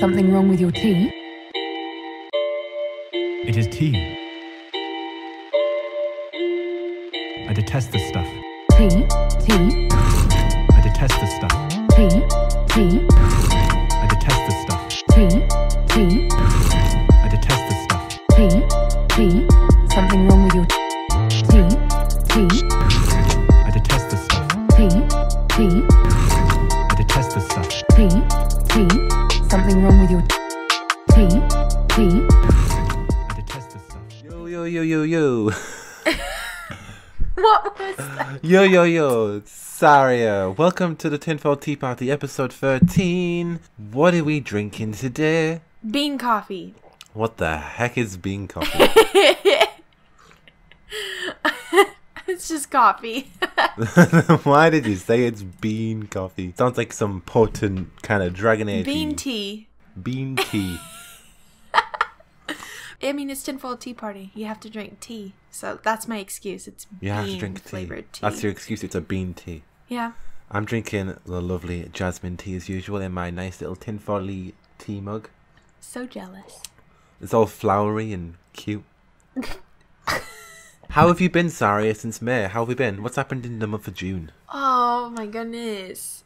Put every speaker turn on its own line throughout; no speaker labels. Something wrong with your tea?
It is tea. I detest this stuff.
Tea, tea,
I detest this stuff.
tea, tea,
I detest this stuff.
tea, tea,
I detest this stuff.
tea, tea. Something wrong with your tea, tea,
I detest this stuff.
tea, tea,
I detest this stuff.
tea, tea. Something wrong with your tea, tea.
I detest this stuff.
Yo yo yo yo yo
What was that?
yo yo yo Saria. Welcome to the Tinfoil Tea Party, episode thirteen. What are we drinking today?
Bean coffee.
What the heck is bean coffee?
It's just coffee.
Why did you say it's bean coffee? Sounds like some potent kind of dragon age
Bean tea.
Bean tea.
I mean, it's tinfoil tea party. You have to drink tea. So that's my excuse. It's
You
bean
have to drink tea.
flavored tea.
That's your excuse. It's a bean tea.
Yeah.
I'm drinking the lovely jasmine tea as usual in my nice little tinfoil tea mug.
So jealous.
It's all flowery and cute. How have you been, Saria, since May? How have we been? What's happened in the month of June?
Oh my goodness.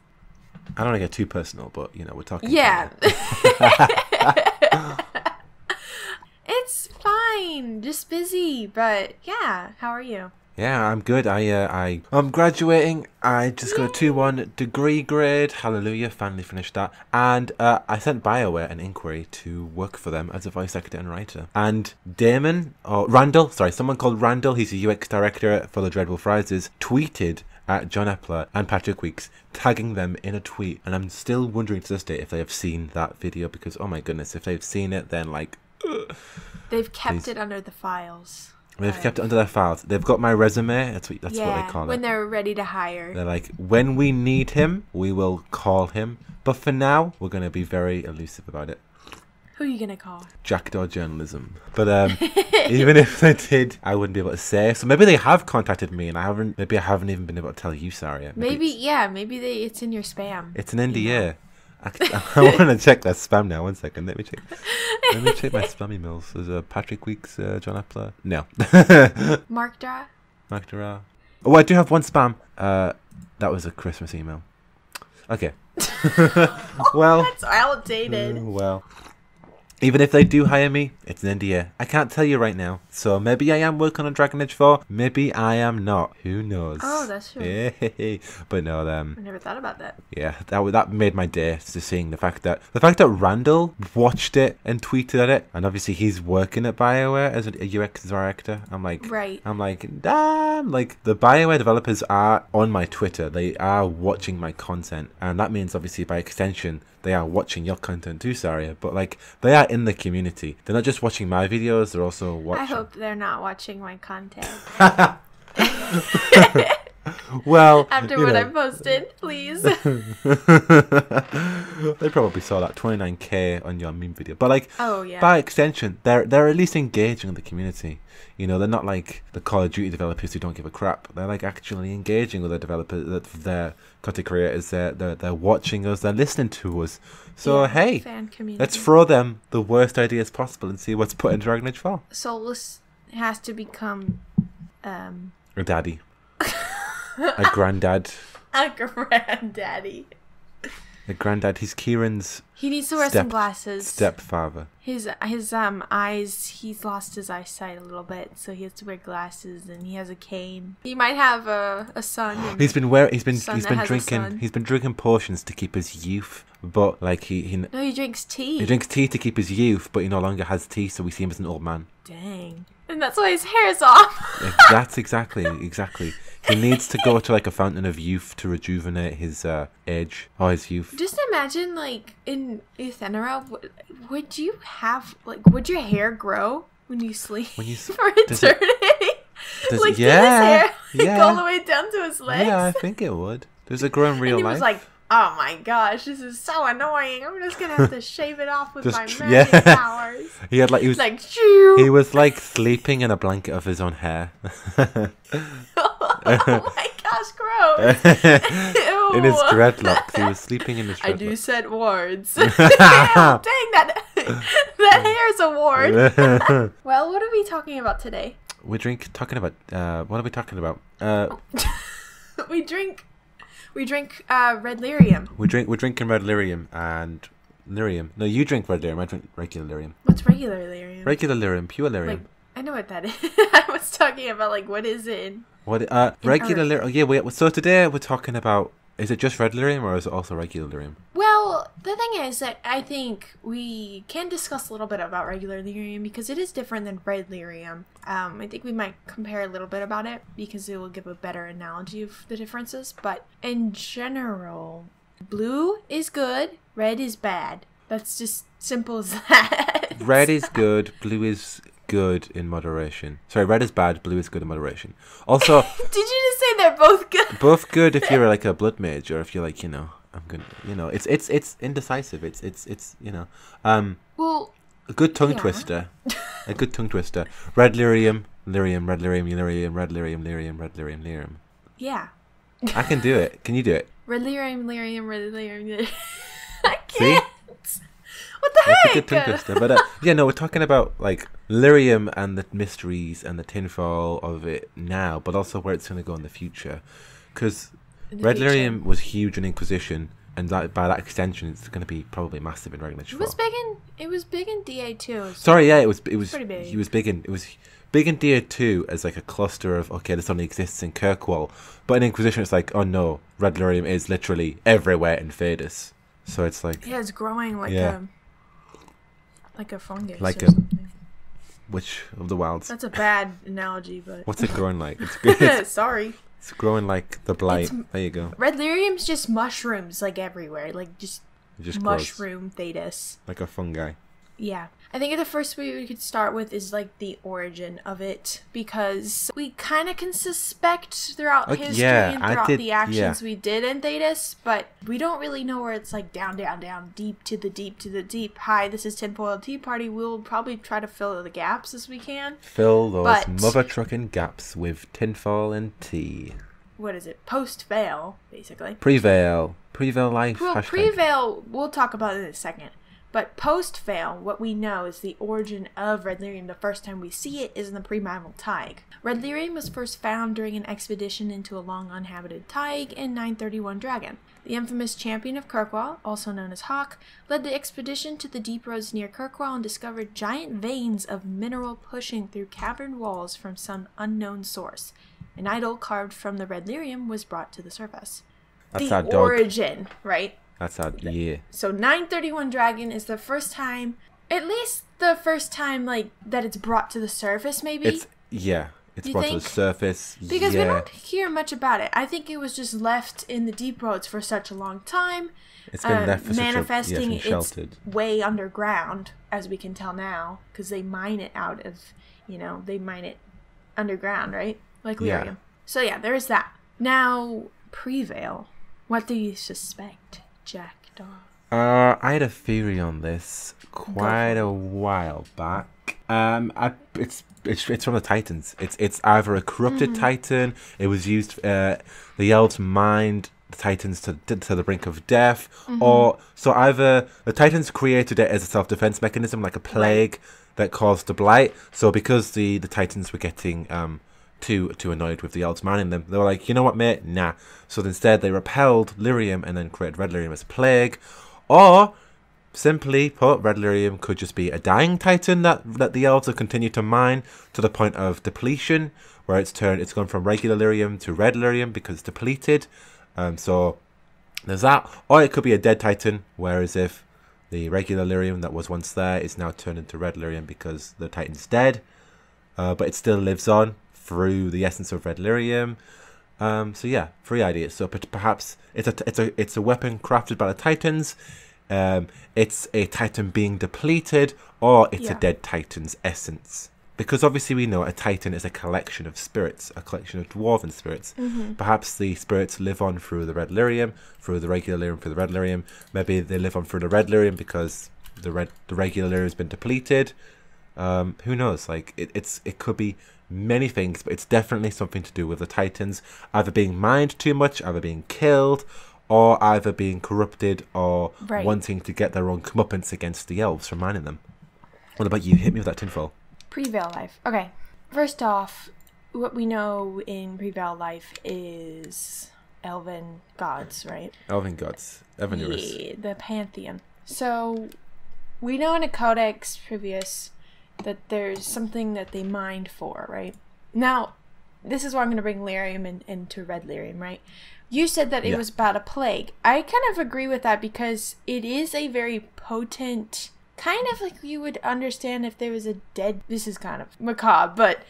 I don't want to get too personal, but you know, we're talking.
Yeah.
about it.
it's fine. Just busy. But yeah. How are you?
Yeah, I'm good. I, uh, I, I'm graduating. I just got a two-one degree grade. Hallelujah! Finally finished that. And uh, I sent Bioware an inquiry to work for them as a voice actor and writer. And Damon or Randall, sorry, someone called Randall. He's a UX director for the Dreadful Friars. Tweeted at John Epler and Patrick Weeks, tagging them in a tweet. And I'm still wondering to this day if they have seen that video because oh my goodness, if they've seen it, then like
They've kept it under the files.
they've kept it under their files. They've got my resume. That's what that's
yeah.
what they call it.
when they're ready to hire.
They're like, when we need him, we will call him. But for now, we're going to be very elusive about it.
Who are you going to call?
Jackdaw journalism. But um, even if they did, I wouldn't be able to say. So maybe they have contacted me, and I haven't. Maybe I haven't even been able to tell you, Saria.
Maybe,
it's,
yeah, maybe they, it's in your spam.
it's an NDA. I, I want to check that spam now. One second. Let me check. Let me check my spam emails. There's a Patrick Weeks, uh, John Appler. No,
Mark Dra?
Mark Durrell. Oh, I do have one spam. Uh, that was a Christmas email. Okay. well.
Oh, That's outdated.
Oh, well. Even if they do hire me, it's an NDA. I can't tell you right now. So maybe I am working on Dragon Age 4. Maybe I am not. Who knows?
Oh, that's true.
Yeah. But no, um,
I never thought about that.
yeah, that wa- that made my day. Just seeing the fact that the fact that Randall watched it and tweeted at it, and obviously he's working at Bioware as a UX director. I'm like,
Right.
I'm like, damn. Like the Bioware developers are on my Twitter. They are watching my content, and that means obviously by extension they are watching your content too, Saria. But like they are in the community. They're not just watching my videos. They're also watching.
I hope they're not watching my content
Well,
after
you
what
know.
I posted, please.
they probably saw that 29k on your meme video, but like,
Oh, yeah.
by extension, they're they're at least engaging with the community. You know, they're not like the Call of Duty developers who don't give a crap. They're like actually engaging with their developers, their, their content creators. They're, they're they're watching us. They're listening to us. So
Yeah,
hey,
fan community.
let's throw them the worst ideas possible and see what's put in Dragon Age 4.
Soulless has to become um,
A daddy, a granddad,
a granddaddy.
a granddad. He's Kieran's
He needs to wear
Step-
some glasses.
stepfather.
His his um eyes. He's lost his eyesight a little bit, so he has to wear glasses, and he has a cane. He might have a a son. and-
He's been wearing. He's been.
Son
he's
that
been
has a
drinking.
son.
He's been drinking potions to keep his youth, but like he he,
no, he drinks tea.
he drinks tea to keep his youth, but he no longer has tea, so we see him as an old man.
Dang. And that's why his hair's off.
Ex- That's exactly exactly. He needs to go to like a fountain of youth to rejuvenate his uh, age or his youth.
Just imagine, like in Ethenera, w- would you have like would your hair grow when you sleep
When you s-
for
does it-
eternity?
does it- yeah,
like did his hair like, go all
yeah.
the way down to his legs?
Yeah, I think it would. There's a grow in real
and he
life.
was like, "Oh my gosh, this is so annoying. I'm just gonna have to shave it off with
Just
my
tr-
magic
yeah.
powers."
he had like he was
Like, shoo.
he was like sleeping in a blanket of his own hair.
oh my gosh, gross.
it
Ew.
in his dreadlocks. He was sleeping in his
Oh. I do
dreadlocks.
set wards. Damn, dang that that hair's a ward. Well, what are we talking about today?
we drink talking about uh what are we talking about? Uh
We drink we drink uh, red lyrium.
we drink we're drinking red lyrium and lyrium. No, you drink red lyrium, I drink regular lyrium.
What's regular lyrium?
Regular lyrium, pure lyrium.
like I know what that is. I was talking about like what is it? in-
what uh regular
Earth. lyrium-
lyrium yeah, we, so today we're talking about is it just red lyrium or is it also regular lyrium?
Well, the thing is that I think we can discuss a little bit about regular lyrium because it is different than red lyrium. Um, I think we might compare a little bit about it because it will give a better analogy of the differences. But in general, blue is good, red is bad. That's just simple as that.
Red is good, blue is good in moderation. Sorry, red is bad, blue is good in moderation. Also,
Did you just say they're both good?
both good if you're like a blood mage or if you're like, you know, I'm gonna you know, it's it's it's indecisive. It's it's it's you know. Um
Well,
a good tongue
Yeah.
twister. A good tongue twister. Red lyrium, lyrium, red lyrium, lyrium, red lyrium, lyrium, red lyrium, lyrium.
yeah.
I can do it. Can you do it?
Red lyrium, lyrium, red lyrium. lyrium. I
See?
can't. What the
That's a
heck?
good tongue twister. But uh, yeah, no, we're talking about like lyrium and the mysteries and the tinfoil of it now, but also where it's going to go in the future. Because
In the
Red
future.
Lyrium was huge in Inquisition, and that, by that extension, it's going to be probably massive in Regnage 4.
It was big in it was big in DA too. So
Sorry, yeah, it was. It was.
pretty big.
He was big in. It was big in Dia two as like a cluster of okay, this only exists in Kirkwall, but in Inquisition, it's like oh no, Red Lyrium is literally everywhere in Fadus. So it's like
yeah, it's growing like
Yeah.
a like a fungus.
Like
Like
a-
a something.
which of the wilds?
that's a bad analogy, but
What's it growing like? It's, it's,
sorry.
it's growing like the blight. There you go.
Red lyrium's just mushrooms like everywhere, like just,
It just grows
mushroom thetis.
like a fungi.
Yeah. I think the first way we could start with is like the origin of it because we kind of can suspect throughout
Okay,
history
yeah,
and
I
throughout
did-
the
yeah.
actions we did in Thetis, but we don't really know where it's like down, down, down, deep to the deep to the deep. Hi, this is Tinfoil Tea Party. We'll probably try to fill the gaps as we can.
Fill those
But-
mother trucking gaps with tinfoil and tea.
What is it? Post veil, basically.
Prevail. Prevail life.
Well,
hashtag.
prevail, we'll talk about it in a second. But post veil, what we know is the origin of red lyrium. The first time we see it is in the primeval taigue. Red lyrium was first found during an expedition into a long uninhabited taigue in 931 Dragon. The infamous champion of Kirkwall, also known as Hawk, led the expedition to the deep roads near Kirkwall and discovered giant veins of mineral pushing through cavern walls from some unknown source. An idol carved from the red lyrium was brought to the surface.
That's
the
our dog.
origin, right?
That's our year.
So 931 Dragon is the first time, at least the first time like that it's brought to the surface maybe.
It's yeah. It's
You
brought to
think?
the surface.
because
yeah.
we don't hear much about it. I think it was just left in the deep roads for such a long time,
It's been
um,
left for such a, yeah,
manifesting
it's been sheltered.
its way underground, as we can tell now, because they mine it out of, you know, they mine it underground, right? Like
Yeah.
lyrium. So yeah, there is that. Now, Prevail. What do you suspect, Jack Dog?
Uh, I had a theory on this
Go
quite a while back. Um, I, it's it's it's from the Titans. It's it's either a corrupted Titan. It was used. Uh, the elves mined the Titans to to the brink of death, or so either the Titans created it as a self defense mechanism, like a plague that caused the blight. So because the the Titans were getting um. Too, too annoyed with the elves mining them. They were like, you know what, mate? Nah. So instead, they repelled Lyrium and then created Red Lyrium as a plague. Or Simply put, Red Lyrium could just be a dying titan that, that the elves have continued to mine to the point of depletion, where it's turned it's gone from regular lyrium to red lyrium because it's depleted. Um, so there's that. Or it could be a dead titan, whereas if the regular lyrium that was once there is now turned into red lyrium because the titan's dead, uh, but it still lives on through the essence of red lyrium. Um, so yeah, three ideas. So per- perhaps it's a it's a it's a weapon crafted by the Titans. Um, it's a Titan being depleted, or it's
Yeah.
a dead Titan's essence. Because obviously we know a Titan is a collection of spirits, a collection of dwarven spirits. Perhaps the spirits live on through the red lyrium, through the regular lyrium, through the red lyrium. Maybe they live on through the red lyrium because the red the regular lyrium has been depleted. Um, who knows? Like it, it's it could be many things, but it's definitely something to do with the Titans either being mined too much, either being killed, or either being corrupted or
Right.
wanting to get their own comeuppance against the elves from mining them. What about you? Hit me with that tinfoil.
Prevail life. Okay. First off, what we know in Prevail life is elven gods, right?
Elven gods, Elven Urus.
Yeah, the pantheon. So we know in a codex previous that there's something that they mined for, right? Now, this is where I'm going to bring lyrium in, into red lyrium, right? You said that it
Yeah.
was about a plague. I kind of agree with that because it is a very potent kind of like you would understand if there was a dead this is kind of macabre, but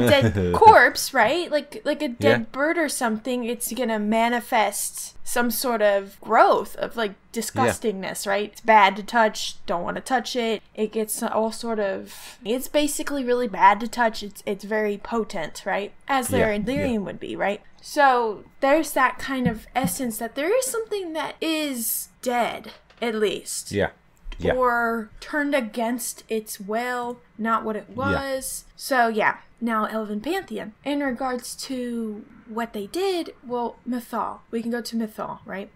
dead corpse, right? Like like a dead
Yeah.
bird or something, it's gonna manifest some sort of growth of like disgustingness, right? It's bad to touch, don't want to touch it. It gets all sort of it's basically really bad to touch. It's it's very potent, right? As
Yeah,
their yeah.
yeah.
would be, right? So there's that kind of essence that there is something that is dead, at least
Yeah. Yeah.
or turned against its will, not what it was. So yeah, now Elven Pantheon. In regards to what they did, well, Mythal. We can go to Mythal, right?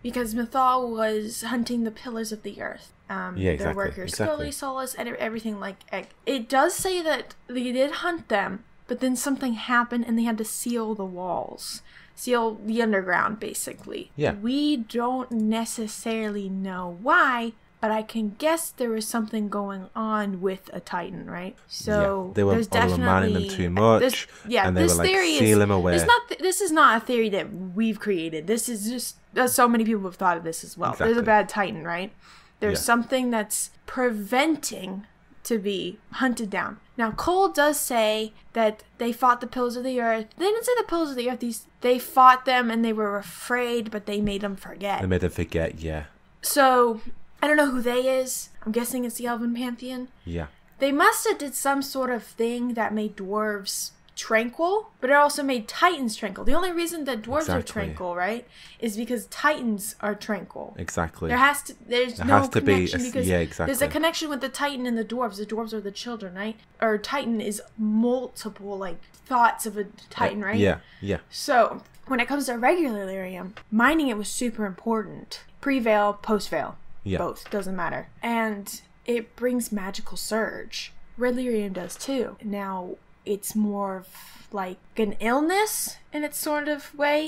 Because Mythal was hunting the pillars of the earth. Um,
Yeah,
Their
exactly,
workers,
exactly.
Scully, Solus, and e-, everything like it. It does say that they did hunt them, but then something happened and they had to seal the walls. Seal the underground, basically.
Yeah.
We don't necessarily know why, but I can guess there was something going on with a Titan, right? So
Yeah, they were-
there's
or they were
definitely
manning them too
This,
much,
yeah,
and they
this
were like,
theory
"Seal
is
'em away."
It's not. this is not a theory that we've created. This is just uh, so many people have thought of this as well. There's
Exactly.
a bad Titan, right? There's
Yeah.
something that's preventing to be hunted down. Now Cole does say that they fought the pillars of the earth. They didn't say the pillars of the earth. These they fought them and they were afraid, but they made them forget.
I made them forget. Yeah.
So I don't know who they is. I'm guessing it's the Elven Pantheon.
Yeah.
They must have did some sort of thing that made dwarves tranquil, but it also made titans tranquil. The only reason that dwarves are
Exactly.
tranquil, right, is because titans are tranquil.
Exactly.
There has to there's
There
no
has to be a
connection
s-
because
yeah,
there's a
exactly.
connection with the Titan and the dwarves. The dwarves are the children, right? Or Titan is multiple like thoughts of a Titan, right?
Uh, Yeah. Yeah.
So, when it comes to regular lyrium, mining it was super important. Prevail, postveil.
Yeah.
Both, doesn't matter. And it brings magical surge. Red lyrium does too. Now, it's more of like an illness in its sort of way.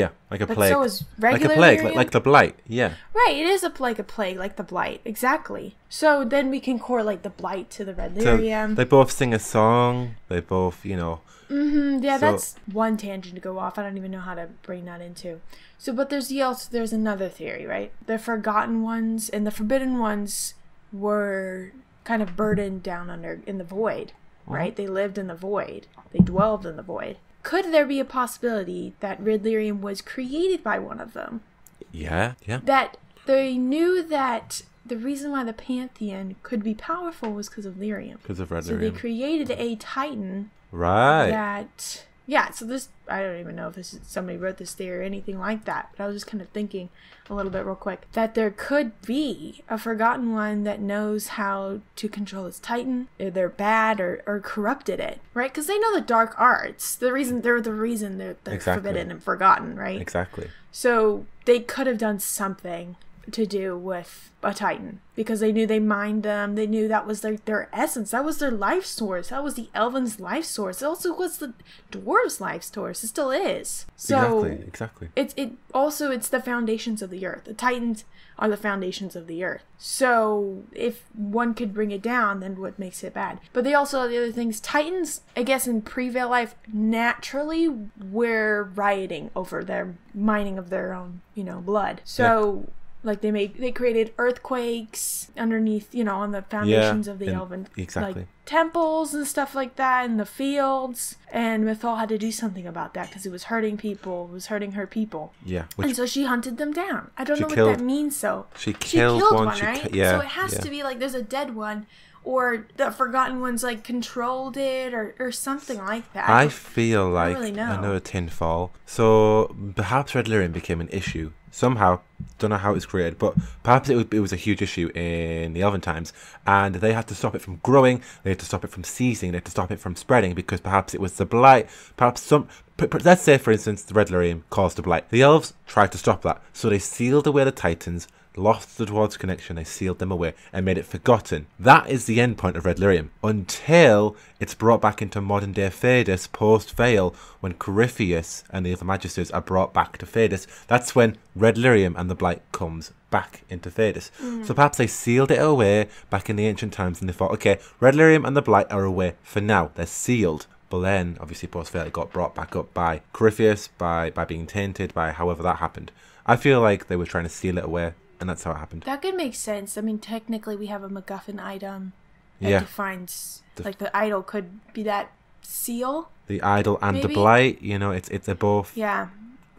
Yeah. Like a
But
plague.
so is
like a
regular
plague. Like,
Lyrium.
like the blight. Yeah.
Right, it is a, like a plague, like the blight. Exactly. So then we can correlate the blight to the red
So
lyrium.
they both sing a song. They both, you know,
Yeah,
So-
that's one tangent to go off. I don't even know how to bring that into. So, but there's the also there's another theory, right? The forgotten ones and the forbidden ones were kind of burdened down under in the void, right? They lived in the void. They dwelled in the void. Could there be a possibility that Ridlerium was created by one of them?
yeah, yeah,
That they knew that the reason why the pantheon could be powerful was because of lyrium.
because of Red
So they
Lyrium.
created a titan
right.
that yeah so this i don't even know if this is somebody wrote this theory or anything like that but i was just kind of thinking a little bit real quick that there could be a forgotten one that knows how to control its titan or they're bad or, or corrupted it right because they know the dark arts the reason they're the reason they're, they're
Exactly.
forbidden and forgotten right
Exactly.
so they could have done something to do with a titan because they knew they mined them. They knew that was their their essence. That was their life source. That was the elven's life source. It also was the dwarves' life source. It still is. So
exactly. Exactly.
it's it also it's the foundations of the earth. The titans are the foundations of the earth. So if one could bring it down, then what makes it bad? But they also the other things. Titans, I guess, in prevail life, naturally were rioting over their mining of their own, you know, blood. So. Like they made, they created earthquakes underneath, you know, on the foundations of the
and-
elven
exactly.
like temples and stuff like that in the fields. And Mythal had to do something about that because it was hurting people, it was hurting her people.
Yeah.
And
Which
so she hunted them down. I don't
She
know what
killed-
that means. So
she killed one, she
right?
ki- yeah,
So it has
yeah.
to be like there's a dead one, or the forgotten ones like controlled it, or or something like that.
I feel like
really know.
another tinfoil. So perhaps Red Lyrium became an issue somehow. Don't know how it was created, but perhaps it was, it was a huge issue in the Elven times, and they had to stop it from growing. They had to stop it from seizing. They had to stop it from spreading because perhaps it was the blight. Perhaps some. p- p- Let's say, for instance, the Red Lyrium caused the blight. The elves tried to stop that, so they sealed away the Titans, lost the dwarves' connection, they sealed them away, and made it forgotten. That is the end point of Red Lyrium, until it's brought back into modern day Phaedus post Vale, when Corypheus and the other magisters are brought back to Phaedus. That's when Red Lyrium and the Blight comes back into Phaedus. So perhaps they sealed it away back in the ancient times and they thought, okay, Red Lyrium and the Blight are away for now, they're sealed. But then, obviously, post Vale it got brought back up by Corypheus, by, by being tainted, by however that happened. I feel like they were trying to seal it away, and that's how it happened.
That could make sense. I mean, technically, we have a MacGuffin item that
Yeah.
defines
Def-
like the idol could be that seal.
The idol and the
Maybe-
blight, you know, it's it's they're both
Yeah,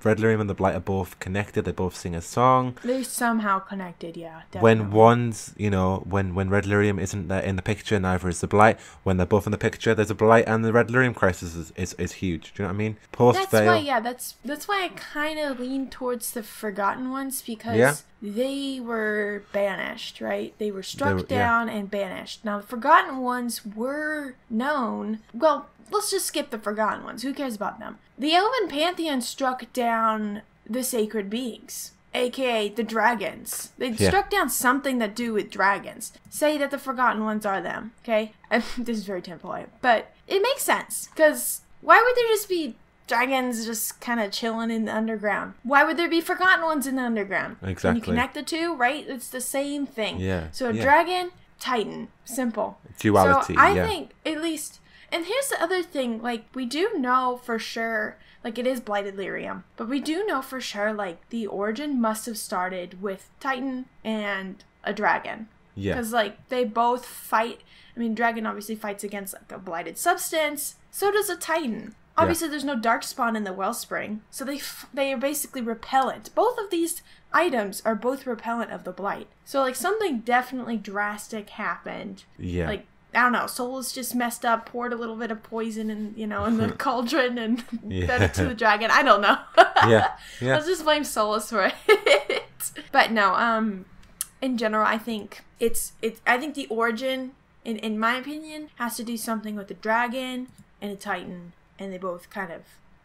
Red Lyrium and the blight are both connected. They both sing a song.
they're somehow connected. Yeah,
When
definitely.
one's, you know, when when Red Lyrium isn't there in the picture, neither is the blight. When they're both in the picture, there's a blight, and the Red Lyrium crisis is is, is huge. Do you know what I mean? Post
That's
Vale,
why, yeah, that's that's why I kind of lean towards the forgotten ones because
Yeah.
they were banished, right? They were
They
struck
were- yeah.
down and banished. Now the forgotten ones were known. Well, let's just skip the forgotten ones. Who cares about them? The Elven Pantheon struck down the sacred beings. AKA the dragons. They
Yeah.
struck down something that do with dragons. Say that the forgotten ones are them, okay? this is very template, but it makes sense because why would there just be dragons just kind of chilling in the underground? Why would there be forgotten ones in the underground? Can
Exactly.
you connect the two, right? It's the same thing.
Yeah,
So a
yeah.
dragon, titan, simple.
duality.
So I
yeah,
think at least, and here's the other thing: like we do know for sure, like it is blighted lyrium, but we do know for sure, like the origin must have started with Titan and a dragon,
yeah,
because like they both fight. I mean, dragon obviously fights against like a blighted substance. So does a Titan. Obviously, there's no darkspawn in the wellspring, so they f- they are basically repellent. Both of these items are both repellent of the blight. So like something definitely drastic happened
yeah.
like I don't know, Sol's just messed up, poured a little bit of poison in you know in the cauldron and fed
Yeah.
it to the dragon. I don't know.
yeah, yeah.
Let's just blame Solus for it. but no, um, in general, I think it's it's I think the origin, in in my opinion, has to do something with the dragon and a titan, and they both kind of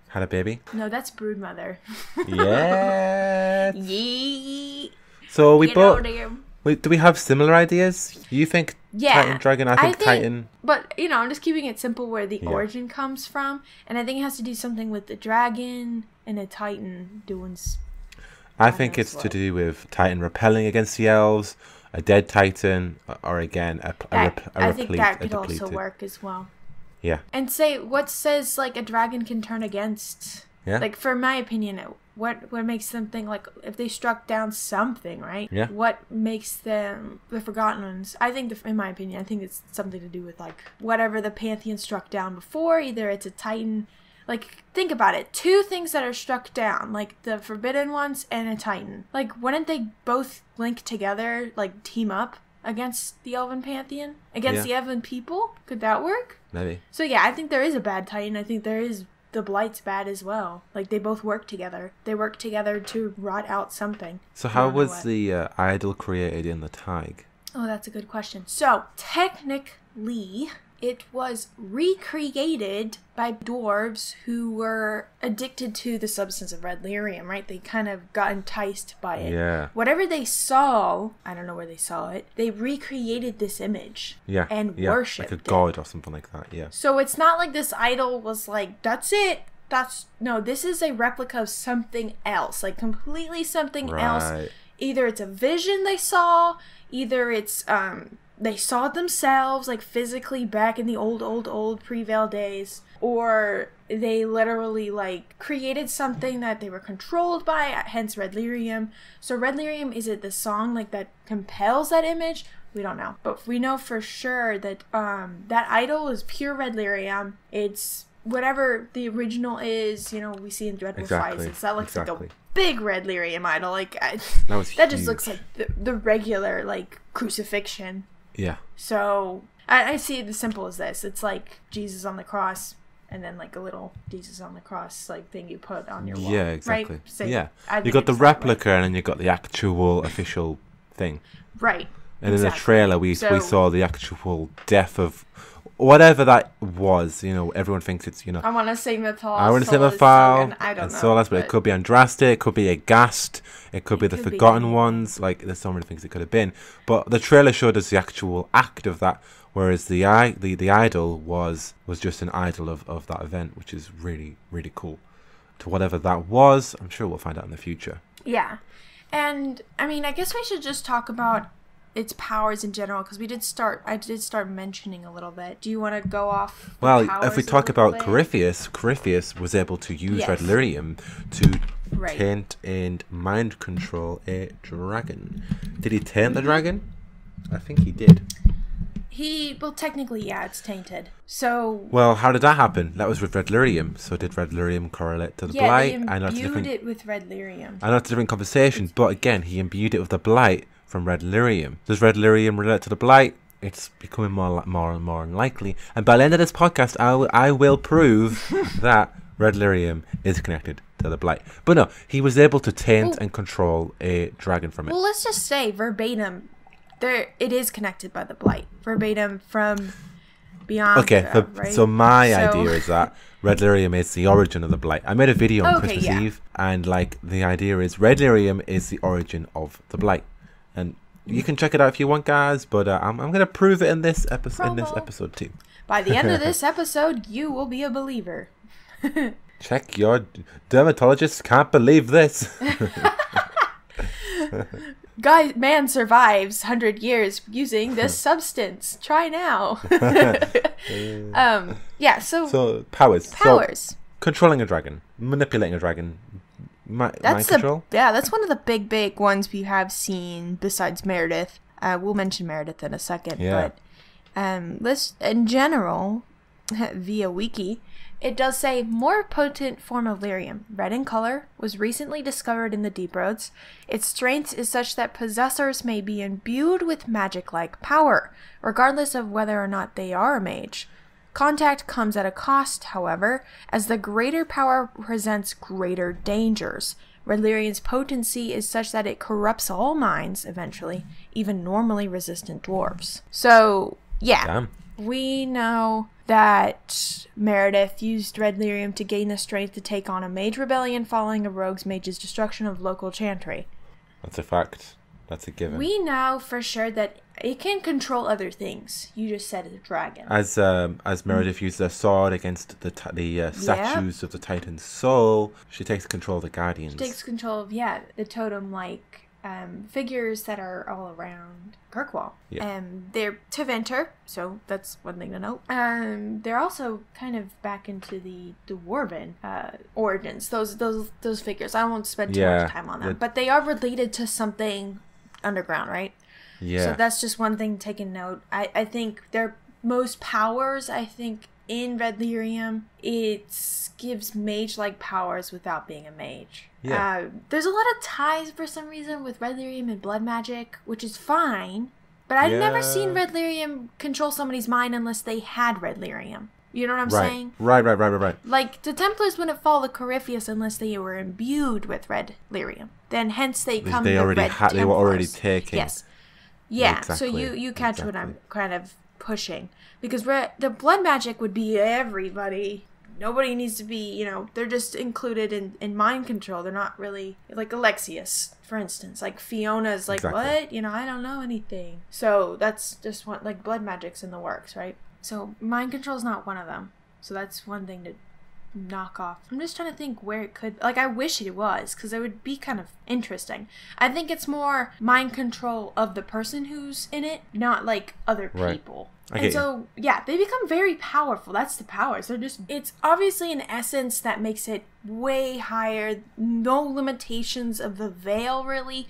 Had a baby.
no, that's broodmother.
yeah.
Yee,
So we
get out
both.
of here.
Wait, do we have similar ideas? You think
Yeah,
Titan Dragon? I think, Titan.
But you know, I'm just keeping it simple where the
Yeah.
origin comes from, and I think it has to do something with the dragon and a titan doing. s-
I think
Dragon's
it's to
Blood.
do with Titan repelling against the elves, a dead Titan, o- or again a, a,
That,
rep- a
I think
replete-
that
a
could also
depleted-
work as well.
Yeah,
And say what says like a dragon can turn against.
Yeah.
Like for my opinion, it- what what makes them think like if they struck down something, right?
Yeah.
What makes them the forgotten ones? I think, the, in my opinion, I think it's something to do with like whatever the pantheon struck down before. Either it's a titan. Like think about it, two things that are struck down, like the forbidden ones and a titan. Like wouldn't they both link together, like team up against the elven pantheon, against
Yeah.
the elven people? Could that work?
maybe.
So yeah, I think there is a bad Titan. I think there is the Blight's bad as well. Like they both work together. They work together to rot out something.
So
I
how
don't know
was
what.
the uh, idol created in the Tig?
Oh, that's a good question. So technically, it was recreated by dwarves who were addicted to the substance of red lyrium. Right? They kind of got enticed by it.
Yeah.
Whatever they saw, I don't know where they saw it. They recreated this image.
Yeah,
And
yeah,
worshipped
like a
it.
god or something like that. Yeah,
So it's not like this idol was like, that's it. That's no, this is a replica of something else, like completely something
Right.
else. Either it's a vision they saw, either it's um they saw it themselves, like physically back in the old, old, old pre veil days, or they literally like created something that they were controlled by, hence Red Lyrium. So Red Lyrium is it the song like that compels that image? We don't know, but we know for sure that um, that idol is pure red lyrium. It's whatever the original is. You know, we see in Dreadful
Exactly,
Flies. It's, that looks
exactly.
like a big red lyrium idol. Like I,
That was
just looks
huge.
like the, the regular like crucifixion.
yeah,
So I, I see it as simple as this. It's like Jesus on the cross. and then like a little Jesus on the cross like thing you put on your wall.
Yeah, exactly.
Right? So
yeah,
I
you
think
got the
it's that way.
replica and then you got the actual official thing.
Right.
And in the
Exactly.
trailer, we we
So-
saw the actual death of whatever that was. You know, everyone thinks it's you know.
I want to say Methal.
I want to say
Sol
my
is
file.
Sogan. I don't
and
know.
So that's, but it
but-
could be Andraste, it could be Aghast, it could be
It
the
could be
Forgotten
anything.
Ones. Like, there's so many things it could have been. But the trailer showed us the actual act of that, whereas the i the, the idol was was just an idol of, of that event, which is really really cool. To whatever that was, I'm sure we'll find out in the future.
Yeah. And I mean, I guess we should just talk about its powers in general because we did start. I did start mentioning a little bit. Do you want to go off? the
Well, if
powers
we
a
talk
little
about
bit?
Corypheus, Corypheus was able to use
Yes.
Red Lyrium to
Right.
taint and mind control a dragon. Did he taint the dragon? I think he did.
he well, technically, yeah, it's tainted. So
Well, how did that happen? That was with Red Lyrium. So did Red Lyrium correlate to the
yeah,
blight?
they
I know it's a
imbued
different.
it with red lyrium.
I know it's a different conversation, but again, he imbued it with the blight from Red Lyrium. Does Red Lyrium relate to the blight? It's becoming more, li- more and more unlikely. And by the end of this podcast, I will- I will prove that Red Lyrium is connected to the blight. But no, he was able to taint
Well-
and control a dragon from it.
Well, let's just say verbatim, there it is connected by the blight. Verbatim from beyond.
Okay, so,
right?
so my
So-
idea is that Red Lyrium is the origin of the blight. I made a video on
Okay,
Christmas
yeah.
Eve, and like the idea is Red Lyrium is the origin of the blight, and you can check it out if you want, guys. But uh, I'm, I'm gonna prove it in this episode in this
Promo.
episode too.
by the end of this episode, you will be a believer.
Check your dermatologist can't believe this.
guy man survives 100 years using this substance try now um yeah so,
so powers, so
powers
controlling a dragon, manipulating a dragon, mi- mind
that's the
control.
yeah that's one of the big big ones we have seen besides meredith uh, we'll mention meredith in a second
Yeah.
but um let's in general via wiki it does say more potent form of lyrium red in color was recently discovered in the deep roads its strength is such that possessors may be imbued with magic like power regardless of whether or not they are a mage Contact comes at a cost, however, as the greater power presents greater dangers. Redlerian's potency is such that it corrupts all minds eventually, even normally resistant dwarves. So, yeah.
Damn.
We know that Meredith used Redlerium to gain the strength to take on a mage rebellion following a rogue's mage's destruction of local chantry.
That's a fact. That's a given.
We know for sure that it can control other things. You just said a dragon.
as um, as Meredith used her sword against the ti- the uh, statues of the Titan's soul, she takes control of the Guardians.
takes control of yeah the totem like um, figures that are all around Kirkwall.
Yeah.
Um, they're Teventer, so that's one thing to note. Um, they're also kind of back into the dwarven uh, origins. Those those those figures. I won't spend too
Yeah,
much time on them,
the-
but they are related to something underground, right?
yeah,
So that's just one thing to take in note. I, I think their most powers, I think, in Red Lyrium, it gives mage like powers without being a mage.
Yeah.
Uh, there's a lot of ties for some reason with Red Lyrium and Blood Magic, which is fine, but I've never
Yeah.
seen Red Lyrium control somebody's mind unless they had Red Lyrium. You know what I'm
right.
saying?
right, right, right, right, right.
Like, the Templars wouldn't follow the Corypheus unless they were imbued with Red Lyrium. Then, hence, they
They-
come
they
the
already
Red
had- they were already
Templars.
taking-
Yes. Yeah, so
Exactly,
you you catch what I'm
exactly.
kind of pushing because re- the blood magic would be everybody. Nobody needs to be, you know, they're just included in, in mind control. They're not really like Alexius, for instance. Like Fiona's like,
Exactly.
what? You know, I don't know anything. So that's just one, like blood magic's in the works, right? So mind control's not one of them. So that's one thing to knock off. I'm just trying to think where it could. Like, I wish it was, because it would be kind of interesting. I think it's more mind control of the person who's in it, not like other
Right.
people.
I
and
get you.
so, yeah, they become very powerful. That's the powers. They're just, it's obviously an essence that makes it way higher. No limitations of the veil really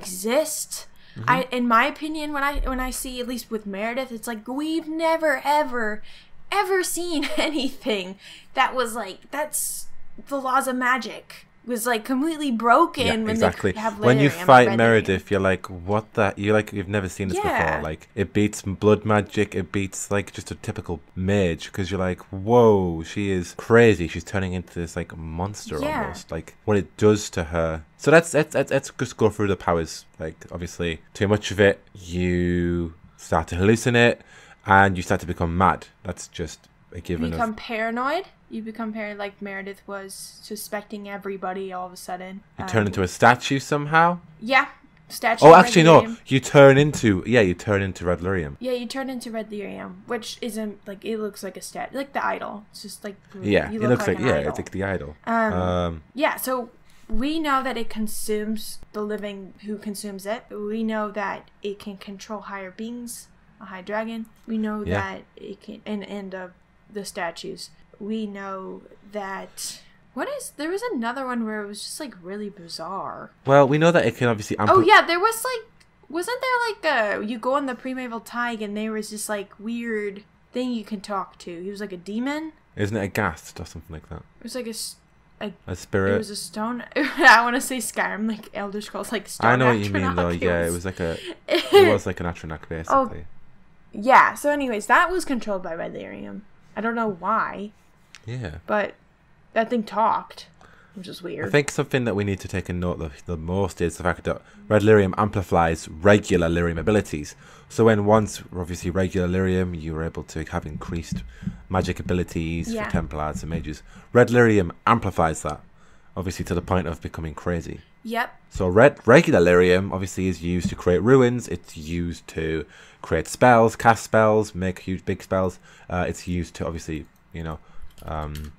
exist.
Mm-hmm.
I, in my opinion, when I when I see at least with Meredith, it's like we've never ever ever seen anything that was like that's the laws of magic. was like completely broken when
exactly.
they have
when you
Lyrium,
fight
Red Lyrium.
Meredith, you're like, what the? You're like, you've never seen this
Yeah.
before. Like, it beats blood magic. It beats like just a typical mage because you're like, whoa, she is crazy. She's turning into this like monster
Yeah.
almost. Like what it does to her. So that's that's that's let's just go through the powers. Like obviously, too much of it, you start to hallucinate, and you start to become mad. That's just a
You
given.
become
of,
paranoid. You become paranoid, like Meredith was suspecting everybody all of a sudden.
you
Um,
turn into a statue somehow.
yeah statue.
Oh,
of
actually,
Redlyrium.
no. You turn into yeah. You turn into Red Lyrium.
Yeah, you turn into Red Lyrium, which isn't like it looks like a stat, like the idol. It's just like
Yeah,
Mm, you
it looks like,
an
yeah,
idol.
it's like the idol.
Um,
Um,
Yeah, so we know that it consumes the living who consumes it. We know that it can control higher beings, a high dragon. We know
Yeah.
that it can and and uh, the statues. We know that what is there was another one where it was just like really bizarre.
well, we know that it can obviously. Ampl-
Oh yeah, there was like wasn't there like a you go on the primeval Tig and there was this like weird thing you can talk to. He was like a demon.
Isn't it a ghast or something like that?
It was like a s- a
A
It
spirit.
was a stone. I want to say Skyrim, like Elder Scrolls, like stone.
I know what you mean
Atronach.
though. Yeah, it was like a. It was like an
Oh,
atronach basically.
yeah. So, anyways, that was controlled by Red Lyrium. I don't know why,
Yeah.
but that thing talked, which is
I
weird.
think something that we need to take a note of the most is the fact that Red Lyrium amplifies regular Lyrium abilities. So when once obviously regular Lyrium, you were able to have increased magic abilities
Yeah.
for Templars and mages. Red Lyrium amplifies that, obviously to the point of becoming crazy.
yep.
So red regular lyrium obviously is used to create ruins. It's used to create spells, cast spells, make huge big spells. Uh, it's used to obviously you know um,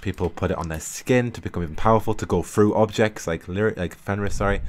people put it on their skin to become even powerful to go through objects like lyri- like Fenris. Sorry.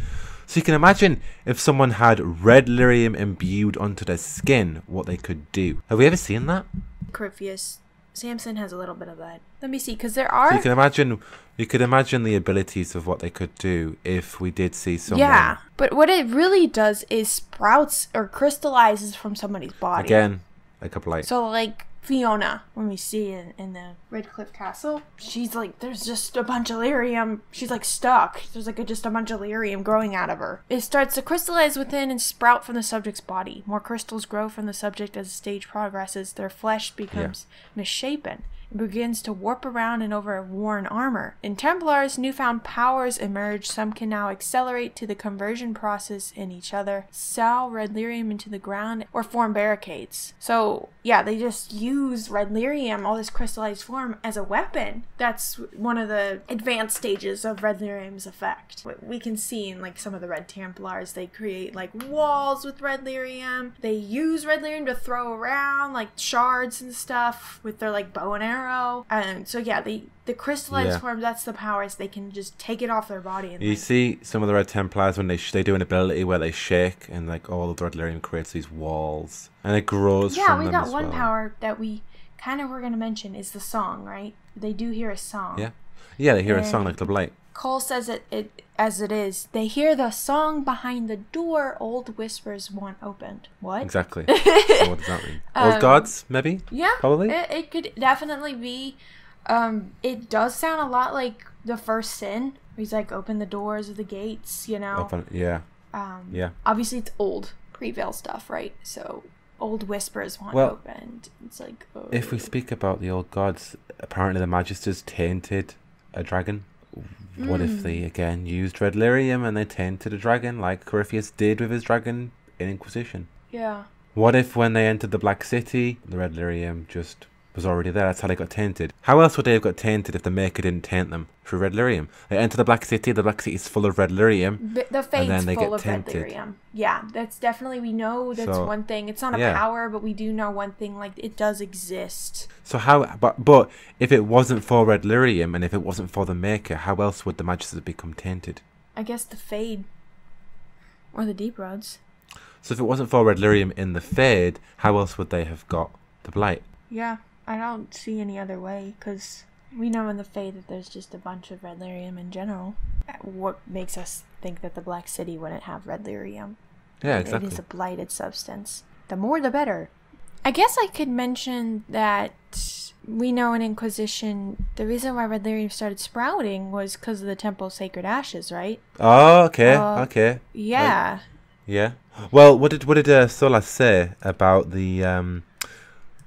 So you can imagine if someone had red lyrium imbued onto their skin, what they could do. Have we ever seen that?
Corypheus. Samson has a little bit of that. Let me see, because there are.
You can imagine. You could imagine the abilities of what they could do if we did see someone.
yeah, but what it really does is sprouts or crystallizes from somebody's body.
Again, a couple like.
So like Fiona, when we see in, in the Red Cliff Castle, she's like, there's just a bunch of lyrium. She's like stuck. There's like a, just a bunch of lyrium growing out of her. It starts to crystallize within and sprout from the subject's body. More crystals grow from the subject as the stage progresses. Their flesh becomes misshapen. It begins to warp around and over worn armor. In Templars, newfound powers emerge. Some can now accelerate to the conversion process in each other, sell red lyrium into the ground, or form barricades. So, yeah, they just use red lyrium, all this crystallized form, as a weapon. That's one of the advanced stages of red lyrium's effect. What We can see in like some of the red Templars, they create like walls with red lyrium. They use red lyrium to throw around like shards and stuff with their like bow and arrow. And so, yeah, they. The crystallized
Yeah.
form, that's the powers. They can just take it off their body and
You
like,
see some of the Red Templars when they sh- they do an ability where they shake and like all of the Red Lyrium creates these walls and it grows.
Yeah,
from
we
them
got
as
one
well.
power that we kind of were going to mention is the song, right? They do hear a song.
Yeah, yeah, they hear a song
And-
like the light.
Cole says it, it as it is. They hear the song behind the door old whispers one opened. What?
Exactly. so what does that mean? Old gods, maybe?
Um, Yeah.
probably.
It, it could definitely be. Um, it does sound a lot like the first sin. where He's like, open the doors of the gates, you know.
Open- yeah,
Um,
yeah.
Obviously, it's old Prevail stuff, right? So, old whispers one
Well,
opened. It's like. Oh.
If we speak about the old gods, apparently the Magisters tainted a dragon. What if they
Hmm.
again used Red Lyrium and they tainted a dragon like Corypheus did with his dragon in Inquisition?
Yeah.
What if when they entered the Black City, the Red Lyrium just was already there? That's how they got tainted. How else would they have got tainted if the Maker didn't taint them through Red Lyrium? They enter the Black City, the Black City is full of Red Lyrium.
B- the
And then
fate's
they
full
get
of red
tempted.
lyrium. Yeah, that's definitely we know that's
So,
one thing. It's not a
yeah.
power, but we do know one thing. Like it does exist.
So how, but, but if it wasn't for Red Lyrium and if it wasn't for the Maker, how else would the Magisters become tainted?
I guess the fade or the deep roads.
So if it wasn't for Red Lyrium in the Fade, how else would they have got the Blight?
Yeah, I don't see any other way because we know in the fade that there's just a bunch of red lyrium in general. What makes us think that the Black City wouldn't have red lyrium?
Yeah,
It is
exactly.
a blighted substance. The more the better. I guess I could mention that we know in Inquisition, the reason why Red Lyrium started sprouting was because of the Temple of Sacred Ashes, right?
Oh, okay,
Uh,
okay,
Yeah.
yeah. Well, what did what did uh, Solas say about the? um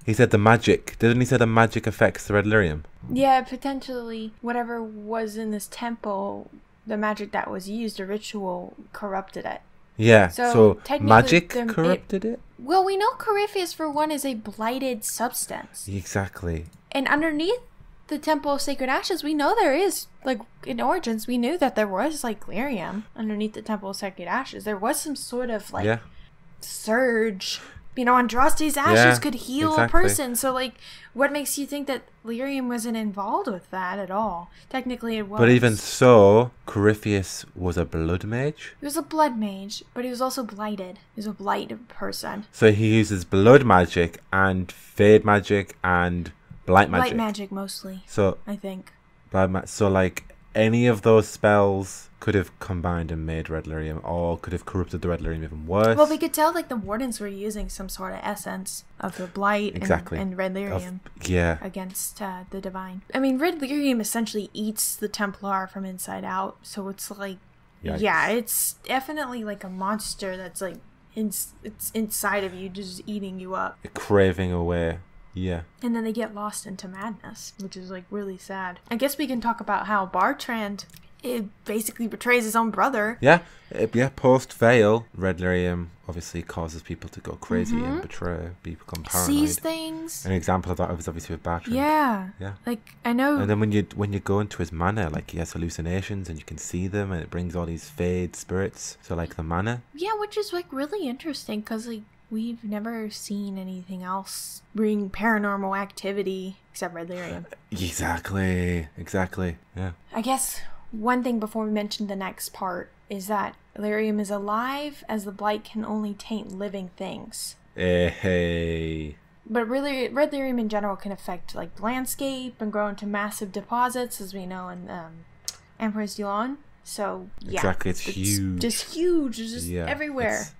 He said the magic. Didn't he say the magic affects the red lyrium?
yeah, potentially whatever was in this temple, the magic that was used, a ritual, corrupted it.
Yeah.
So,
So,
technically,
magic
the- it-
corrupted it.
Well, we know Corypheus, for one, is a blighted substance.
Exactly.
And underneath the Temple of Sacred Ashes, we know there is, like, in Origins, we knew that there was, like, lyrium underneath the Temple of Sacred Ashes. There was some sort of, like,
yeah.
surge. You know, Andraste's ashes
Yeah,
could heal
exactly.
a person. So, like, what makes you think that lyrium wasn't involved with that at all? Technically, it was.
But even so, Corypheus was a blood mage.
He was a blood mage, but he was also blighted. He was a blighted person.
So he uses blood magic and fade magic and blight magic.
Blight magic, mostly,
So
I think.
blight ma- so like any of those spells could have combined and made red lyrium or could have corrupted the red lyrium even worse.
Well, we could tell like the wardens were using some sort of essence of the blight and-
Exactly.
and,
Of-
red lyrium
yeah.
against uh, the divine. I mean, red lyrium essentially eats the Templar from inside out, so it's like,
Yikes.
yeah, it's definitely like a monster that's like in, it's inside of you, just eating you up.
Craving away. Yeah.
And then they get lost into madness, which is like really sad. I guess we can talk about how Bartrand it basically betrays his own brother.
Yeah. Uh, Yeah. Post veil, red lyrium obviously causes people to go crazy and betray, become paranoid.
Mm-hmm. Sees things.
An example of that was obviously with Batman.
Yeah.
Yeah.
Like I know
And then when you when you go into his manor, like he has hallucinations and you can see them, and it brings all these fade spirits. So like the manor,
Yeah, which is like really interesting because like we've never seen anything else bring paranormal activity except Red Lyrium.
exactly, exactly, yeah,
I guess one thing before we mention the next part is that Lyrium is alive as the blight can only taint living things.
Eh, hey,
But really, red lyrium in general can affect like landscape and grow into massive deposits, as we know in um, Emperor's Yulon. So yeah,
Exactly, it's huge.
just huge, it's just
Yeah,
everywhere.
it's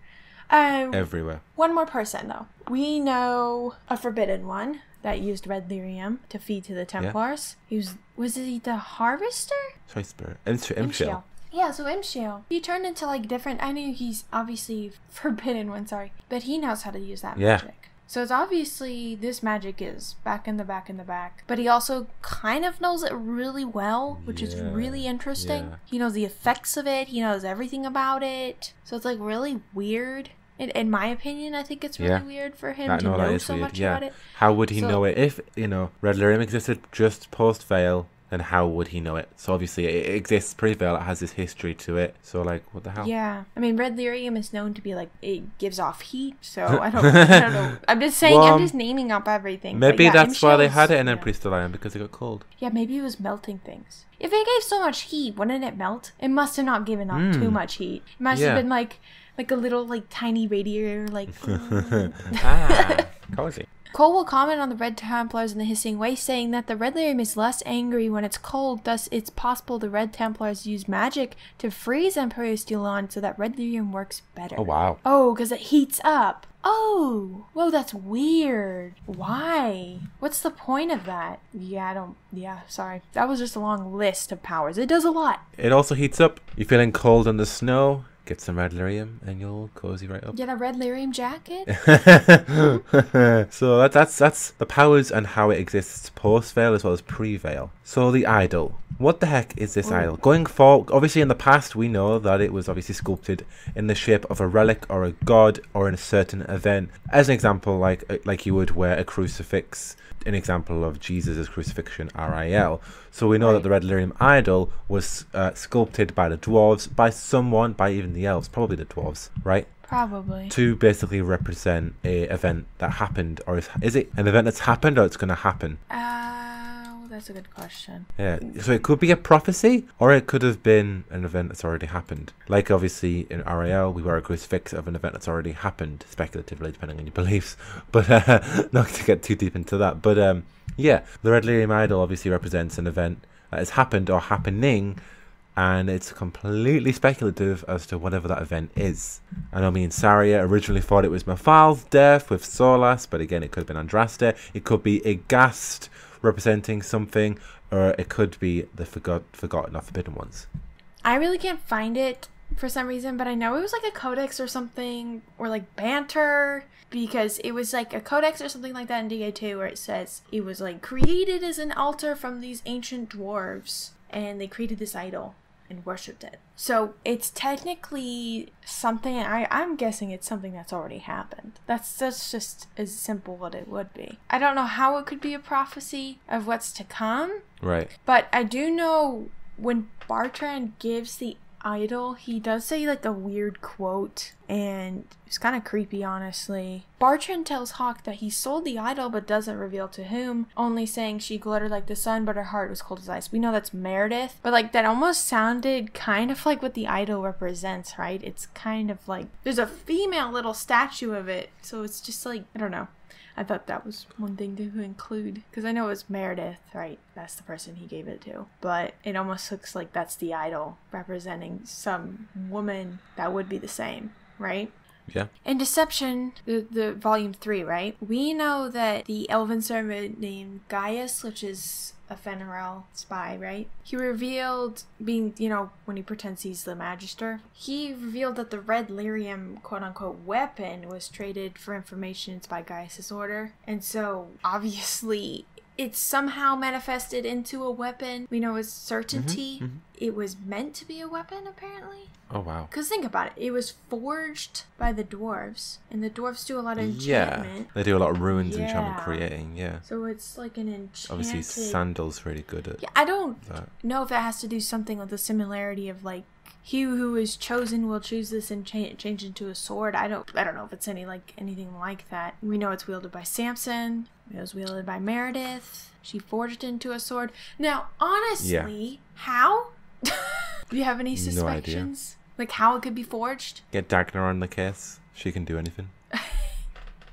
Um,
everywhere.
One more person, though. We know a forbidden one that used red lyrium to feed to the Templars. He was was he the Harvester?
Sorry, spirit. Imsh- Imshale.
Yeah, so Imshiel. He turned into like different. I know he's obviously forbidden one, sorry, but he knows how to use that
Yeah.
magic. So it's obviously this magic is back in the back in the back, but he also kind of knows it really well, which is
Yeah,
really interesting.
yeah.
He knows the effects of it. He knows everything about it. So it's like really weird. In, in my opinion, I think it's really
Yeah.
weird for him
That
to
no, that
know
is
so
weird.
much about
Yeah.
it.
How would he
So-
know it if you know Red Lyrium existed just post veil? Then how would he know it? So obviously it it exists pre veil. It has this history to it. So like, what the hell?
Yeah, I mean, red lyrium is known to be like it gives off heat, so I don't, I don't know. I'm just saying,
Well,
I'm just naming up everything. but
Maybe
yeah,
that's why they had it in
yeah.
Empress Delion because it got cold.
Yeah, maybe it was melting things. If it gave so much heat, wouldn't it melt? It must have not given off too
Mm.
much heat. It must
Yeah.
have been like like a little like tiny radiator. Like
ah, cozy.
Cole will comment on the red Templars and the hissing waste, saying that the red lyrium is less angry when it's cold. Thus, it's possible the red Templars use magic to freeze Imperius Dulon so that red lyrium works better.
Oh wow.
Oh, because it heats up. Oh, whoa, that's weird. Why? What's the point of that? Yeah, I don't. Yeah, sorry. That was just a long list of powers. It does a lot.
It also heats up. You're feeling cold in the snow. Get some red lyrium and you'll cozy right up.
Yeah, that red lyrium jacket.
so that, that's that's the powers and how it exists post veil as well as pre veil. So the idol. What the heck is this idol? Going forward, obviously in the past we know that it was obviously sculpted in the shape of a relic or a god or in a certain event. As an example, like uh, like you would wear a crucifix. An example of Jesus' crucifixion, RIL. So we know that the red lyrium idol was uh, sculpted by the dwarves, by someone, by even the elves, probably the dwarves, right?
Probably.
to basically represent a event that happened or is, is it an event that's happened or it's going to happen
Oh, that's a good question.
yeah so it could be a prophecy or it could have been an event that's already happened like obviously in RAL we wear a crucifix of an event that's already happened speculatively depending on your beliefs but uh, not to get too deep into that but um yeah the red lilium idol obviously represents an event that has happened or happening and it's completely speculative as to whatever that event is. I know me and Saria originally thought it was Mephal's death with Solas, but again, it could have been Andraste. It could be Agast representing something, or it could be the forgot, forgotten or forbidden ones.
I really can't find it for some reason, but I know it was like a codex or something, or like banter, because it was like a codex or something like that in DA2 where it says it was like created as an altar from these ancient dwarves, and they created this idol and worshipped it. So it's technically something, I, I'm guessing it's something that's already happened. That's, that's just as simple what it would be. I don't know how it could be a prophecy of what's to come,
Right.
but I do know when Bartrand gives the idol, he does say like a weird quote, and it's kind of creepy, honestly. Bartrand tells Hawk that he sold the idol but doesn't reveal to whom, only saying she glittered like the sun, but her heart was cold as ice. We know that's Meredith, but like that almost sounded kind of like what the idol represents, right? It's kind of like there's a female little statue of it, so it's just like, I don't know. I thought that was one thing to include because I know it was Meredith, right? That's the person he gave it to. But it almost looks like that's the idol representing some woman that would be the same, right?
Yeah.
In Deception, the, the volume three, right? We know that the elven servant named Gaius, which is a Fenerel spy, right? He revealed, being, you know, when he pretends he's the Magister, he revealed that the red lyrium, quote unquote, weapon was traded for information by Gaius's order. And so, obviously, it's somehow manifested into a weapon. We know with certainty it was meant to be a weapon, apparently.
Oh wow.
Because think about it, it was forged by the dwarves, and the dwarves do a lot of
Yeah,
enchantment.
they do a lot of ruins and enchantment
Yeah.
creating. Yeah.
So it's like an enchanted.
Obviously, Sandal's really good at
Yeah, I don't
that.
know if that has to do something with the similarity of like he who is chosen will choose this and cha- change into a sword. I don't, I don't know if it's any like anything like that. We know it's wielded by Samson. It was wielded by Meredith. She forged into a sword. Now, honestly, how? do you have any
idea.
suspicions? like how it could be forged?
Get Dagner on the case. She can do anything.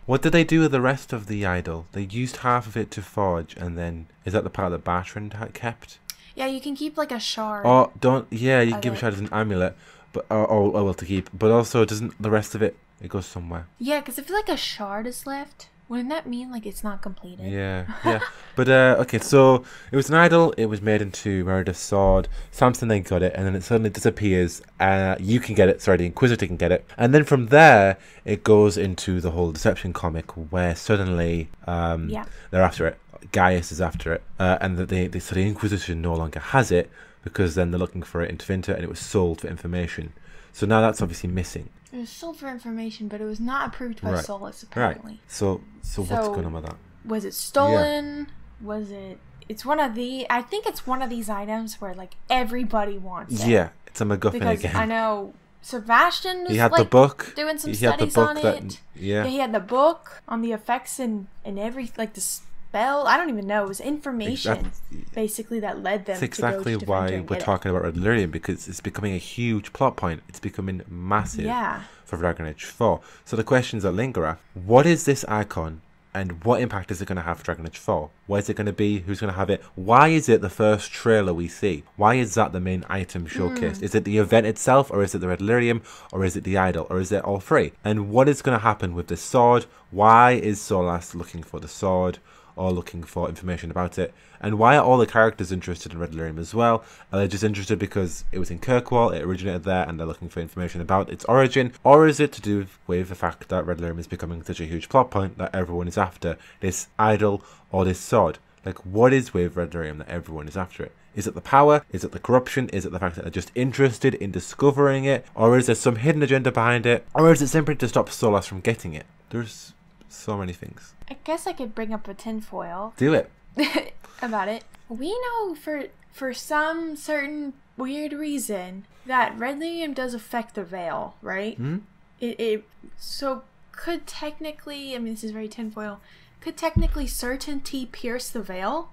what did they do with the rest of the idol? They used half of it to forge, and then is that the part that Bartrand had kept?
Yeah, you can keep like a shard.
Oh, don't. Yeah, you can
I
give a
don't-
shard as an amulet, but oh, oh, oh, well to keep. But also, doesn't the rest of it? It goes somewhere.
Yeah, because if like a shard is left, wouldn't that mean like it's not completed?
Yeah, yeah. but uh, okay, so it was an idol. It was made into Meredith's sword. Samson then got it, and then it suddenly disappears. Uh, you can get it. Sorry, the Inquisitor can get it. And then from there, it goes into the whole Deception comic, where suddenly um,
Yeah.
they're after it. Gaius is after it, uh, and that they, they so the Inquisition no longer has it because then they're looking for it in Tevinter, and it was sold for information. So now that's obviously missing.
It was sold for information, but it was not approved by
Right.
Solus
Right.
Oh, apparently.
So, so what's
So-
going on with that?
Was it stolen? Was it? It's one of the. I think it's one of these items where like everybody wants it.
Yeah, it's a MacGuffin
Because
again.
I know Sebastian was
He had
like,
the book.
doing some
he
studies
had the book
on
that,
it.
Yeah.
Yeah, he had the book on the effects and and every like the spell. I don't even know. It was information basically that led them.
That's
to go to
exactly
Deventer
why
and
we're
get it.
talking about Red Lyrium because it's becoming a huge plot point. It's becoming massive
Yeah.
for Dragon Age 4. So the questions that linger are what is this icon and what impact is it going to have for Dragon Age 4? Where's it going to be? Who's going to have it? Why is it the first trailer we see? Why is that the main item showcased?
Hmm.
Is it the event itself or is it the Red Lyrium or is it the idol or is it all three? And what is going to happen with this sword? Why is Solas looking for the sword? or looking for information about it? And why are all the characters interested in Red Lyrium as well? Are they just interested because it was in Kirkwall, it originated there, and they're looking for information about its origin? Or is it to do with the fact that Red Lyrium is becoming such a huge plot point that everyone is after this idol or this sword? Like, what is with Red Lyrium that everyone is after it? Is it the power? Is it the corruption? Is it the fact that they're just interested in discovering it? Or is there some hidden agenda behind it? Or is it simply to stop Solas from getting it? There's so many things.
I guess I could bring up a tinfoil
Do it.
about it. We know for for some certain weird reason that red lyrium does affect the veil, right?
Hmm?
Mm-hmm. It, it so could technically. I mean, this is very tinfoil. Could technically certainty pierce the veil?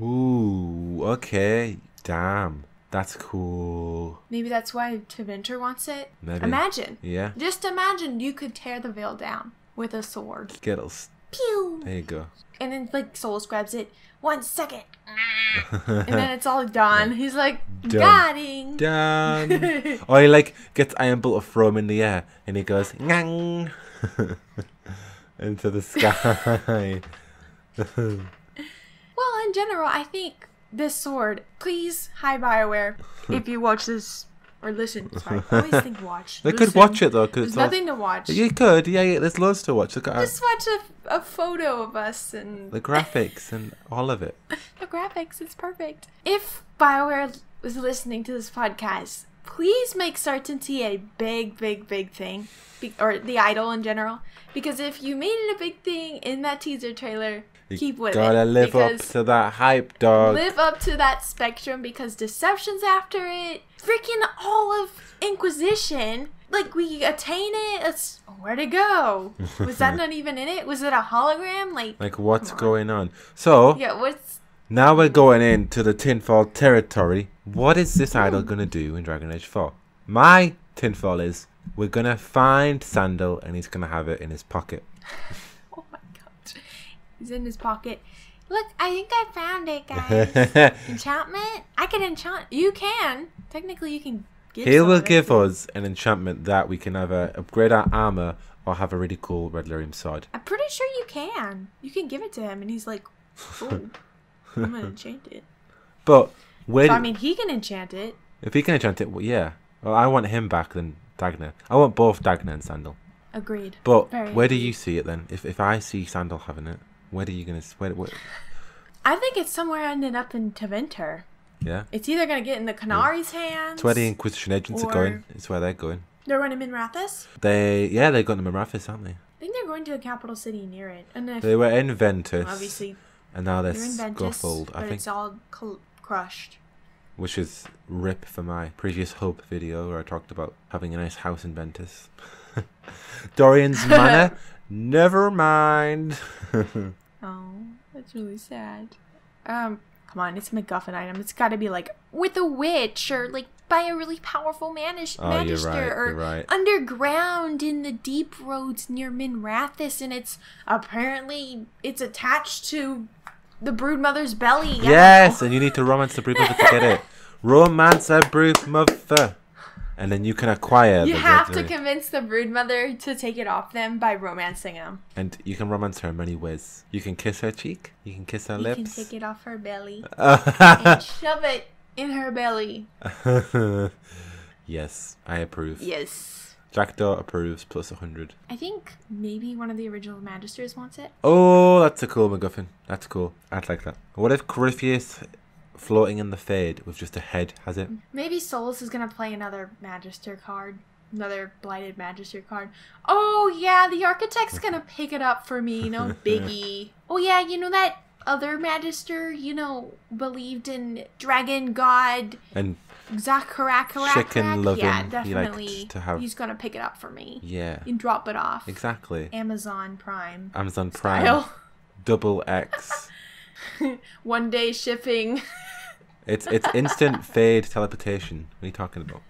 Ooh, okay. Damn. That's cool.
Maybe that's why Tevinter wants it.
Maybe.
Imagine,
Yeah.
just imagine you could tear the veil down with a sword.
Skittles.
Pew!
There you go.
And then like Solus grabs it. One second, and then it's all done. He's like, got him.
Damn. or he like gets Iron Bolt of Throw him in the air and he goes ngang into the sky.
in general, I think this sword. Please, hi Bioware, if you watch this or listen. Sorry, I always think watch.
They could
Listen.
watch it though, because
There's nothing to watch.
you could. Yeah, yeah. There's loads to watch. Look at
Just watch a, a photo of us and
the graphics and all of it.
the graphics. It's perfect. If Bioware was listening to this podcast, please make certainty a big, big, big thing, be- or the idol in general. Because if you made it a big thing in that teaser trailer,
You
keep with
gotta
it.
live up
because
to that hype, dog.
live up to that spectrum because deception's after it. Freaking all of Inquisition. Like we attain it. It's where'd it go? Was that not even in it? Was it a hologram? Like,
Like what's going on? So
yeah, what's
now we're going into the tinfoil territory. What is this idol gonna do in Dragon Age 4? My tinfoil is we're gonna find Sandal and he's gonna have it in his pocket.
oh my god. He's in his pocket. Look, I think I found it, guys.
he
Enchantment? I can enchant you can. Technically you can give some
will
of it.
give us an enchantment that we can either upgrade our armor or have a really cool red lyrium sword.
I'm pretty sure you can. You can give it to him and he's like, Ooh, I'm gonna enchant it.
But where
So I mean he can enchant it.
if he can enchant it, well, yeah. Well, I want him back than Dagna. I want both Dagna and Sandal.
Agreed.
But
Very
where do you see it then? If if I see Sandal having it, where are you gonna? s- Where, where,
I think it's somewhere ended up in Taventer.
yeah.
It's either going to get in the Canari's hands.
It's where the Inquisition agents
Or-
are going. It's where they're going.
They're running in Rathus.
They yeah, they're going to Marathis, aren't they?
I think they're going to a capital city near it. And if,
They were in Ventus,
obviously,
and now they're
they're in Ventus,
scuffled.
but
I think,
it's all cl- crushed.
which is rip for my previous Hope video where I talked about having a nice house in Ventus. Dorian's Manor. Never mind.
Oh, that's really sad. Um, come on, it's a MacGuffin item. It's got to be like with a witch or like by a really powerful manish-
Oh, you're
magister
right,
or
you're right.
underground in the deep roads near Minrathus, and it's apparently it's attached to the broodmother's belly. I don't
yes,
know.
and you need to romance the broodmother to get it. Romance a broodmother, and then you can acquire.
You
the
have to
Red Lyrium.
convince the broodmother to take it off them by romancing them.
And you can romance her in many ways. You can kiss her cheek. You can kiss her
You can
lips.
take it off her belly and
Ah,
shove it in her belly.
yes, I approve.
Yes.
Jackdaw approves plus 100.
I think maybe one of the original magisters wants it.
Oh, that's a cool MacGuffin. That's cool. I'd like that. What if Corypheus floating in the fade with just a head has it?
Maybe Solus is gonna play another magister card. Another blighted magister card. Oh yeah, the architect's gonna pick it up for me, no biggie. oh yeah, you know that other magister, you know, believed in dragon god
And
Zacharakarack.
Chicken loving,
Yeah,
he
definitely.
liked to have-
He's gonna pick it up for me
yeah,
and drop it off.
exactly.
Amazon Prime.
Amazon Prime.
Style.
Double X.
One day shipping.
It's it's instant fade teleportation. What are you talking about?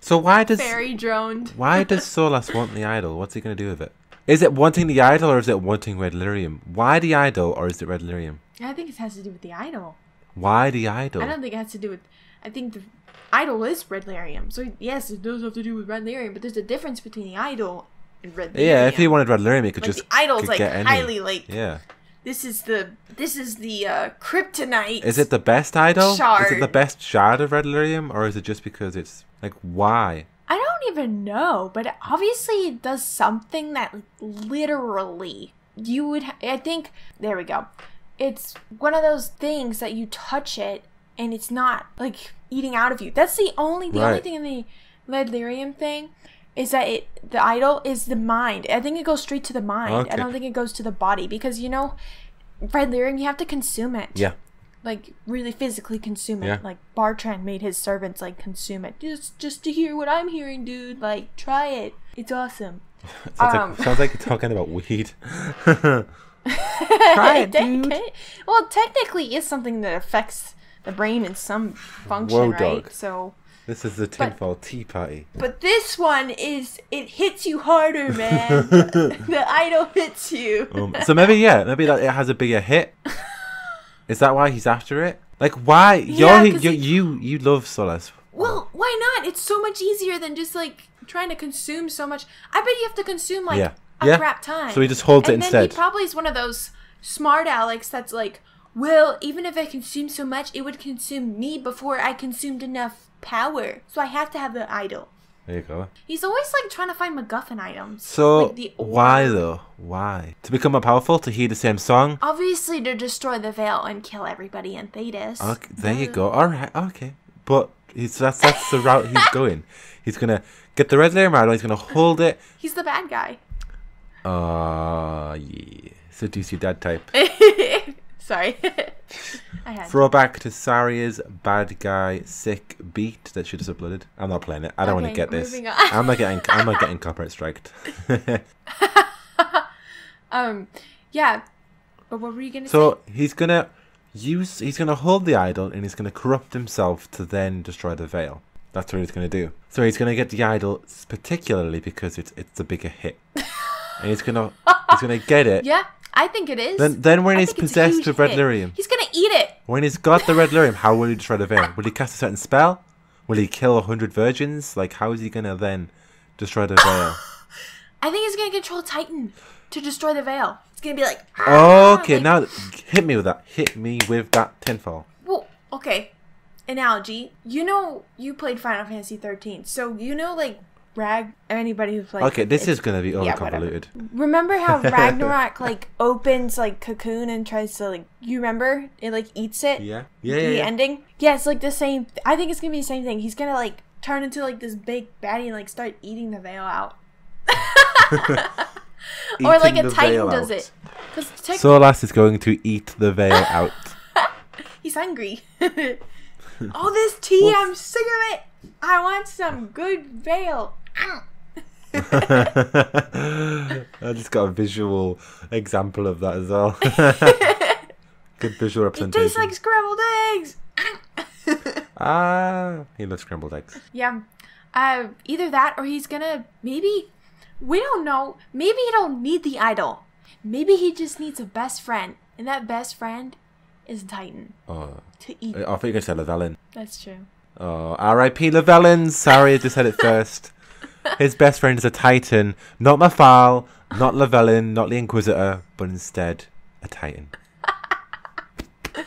So why does
Fairy droned.
Why does Solas want the idol? What's he going to do with it? Is it wanting the idol or is it wanting red lyrium? Why the idol or is it red lyrium?
I think it has to do with the idol.
Why the idol?
I don't think it has to do with. I think the idol is red larium. So yes, it does have to do with red larium, but there's a difference between the idol and red.
yeah, if he
larium.
wanted red lyrium, he could
like
just
the idol's
could
like
get any.
highly like
Yeah.
this is the this is the uh, kryptonite.
Is it the best idol? Is it the
Shard.
best shard of red lyrium or is it just because it's like why?
I don't even know, but obviously it does something that literally you would. Ha- I think there we go. It's one of those things that you touch it and it's not like eating out of you. That's the only the only
Right.
thing in the Ledlerium thing is that it the idol is the mind. I think it goes straight to the mind. I
Okay.
don't think it goes to the body because you know, Red Lyrium, you have to consume it
Yeah.
like really physically consume it.
Yeah.
Like Bartran made his servants like consume it just just to hear what I'm hearing, dude. Like try it. It's awesome.
Sounds,
Um.
like, sounds like you're talking about weed.
Try
it, dude.
Well, technically, it's something that affects the brain in some function,
Whoa,
right?
dog.
So,
this is the tinfoil tea party.
but this one is it hits you harder, man. the idol hits you.
Um, so maybe yeah, maybe that it has a bigger hit. Is that why he's after it? Like why?
Yeah,
You're,
'cause
you
he-
you you love Solas.
Well, why not? It's so much easier than just like trying to consume so much. I bet you have to consume like
Yeah.
a
Yeah.
crap time.
So he just holds it
and then
instead.
He probably is one of those smart Alex that's like, well, even if I consume so much, it would consume me before I consumed enough power. So I have to have an idol.
There you go.
He's always like trying to find MacGuffin items.
So
like the orb.
why though? Why to become more powerful? To hear the same song?
Obviously, to destroy the veil and kill everybody in Thetis.
Okay, there you go.
Oh.
All right. Okay. But he's, that's that's the route he's going. He's gonna get the red layer model. He's gonna hold it.
He's the bad guy.
Ah, yeah. Seduce your dad type.
Sorry. I had.
Throwback to Saria's bad guy sick beat that she just uploaded. I'm not playing it. I don't want
Okay,
to get this.
moving on.
I'm not getting. I'm not getting copyright striked.
um, yeah. But what were you gonna
So he's gonna use. He's gonna hold the idol and he's gonna corrupt himself to then destroy the veil. That's what he's gonna do. So he's gonna get the idol s- particularly because it's it's a bigger hit, and he's gonna he's gonna get it.
say? Yeah, I think it is.
Then then when
I
he's
think it's a
possessed
huge
with red
hit.
lyrium,
He's gonna eat it.
when he's got the red lyrium, how will he destroy the veil? Will he cast a certain spell? Will he kill a hundred virgins? Like how is he gonna then destroy the veil?
I think he's gonna control Titan to destroy the veil. It's gonna be like,
Oh, Okay,
like-
now hit me with that. Hit me with that tenfold.
well, okay. Analogy. You know, you played Final Fantasy 13, so you know, like Rag. Anybody who played.
Okay, this
it's-
is gonna be over
yeah, whatever.
convoluted.
Remember how Ragnarok like opens like cocoon and tries to like you remember it like eats it.
Yeah, yeah,
the
yeah. yeah.
ending. Yeah, it's like the same. I think it's gonna be the same thing. He's gonna like turn into like this big baddie and like start eating the veil out, or like
Eating
a
the
titan
veil
does
out.
it. Because Titan,
Solas is going to eat the veil out.
he's hungry. All this tea, I'm sick of it. I want some good veil. Ow.
I just got a visual example of that as well. Good visual
It
representation.
tastes like scrambled eggs. Ow.
ah, he loves scrambled eggs.
Yeah. Uh, either that or he's gonna maybe we don't know. Maybe he don't need the idol. Maybe he just needs a best friend, and that best friend is Titan
Oh,
to
I
eat.
I thought you were going to say Lavellin.
That's true.
Oh, R.I.P. Lavellin. Sorry, I just said it first. His best friend is a Titan, not Mafal, not Lavellin, not the Inquisitor, but instead a Titan.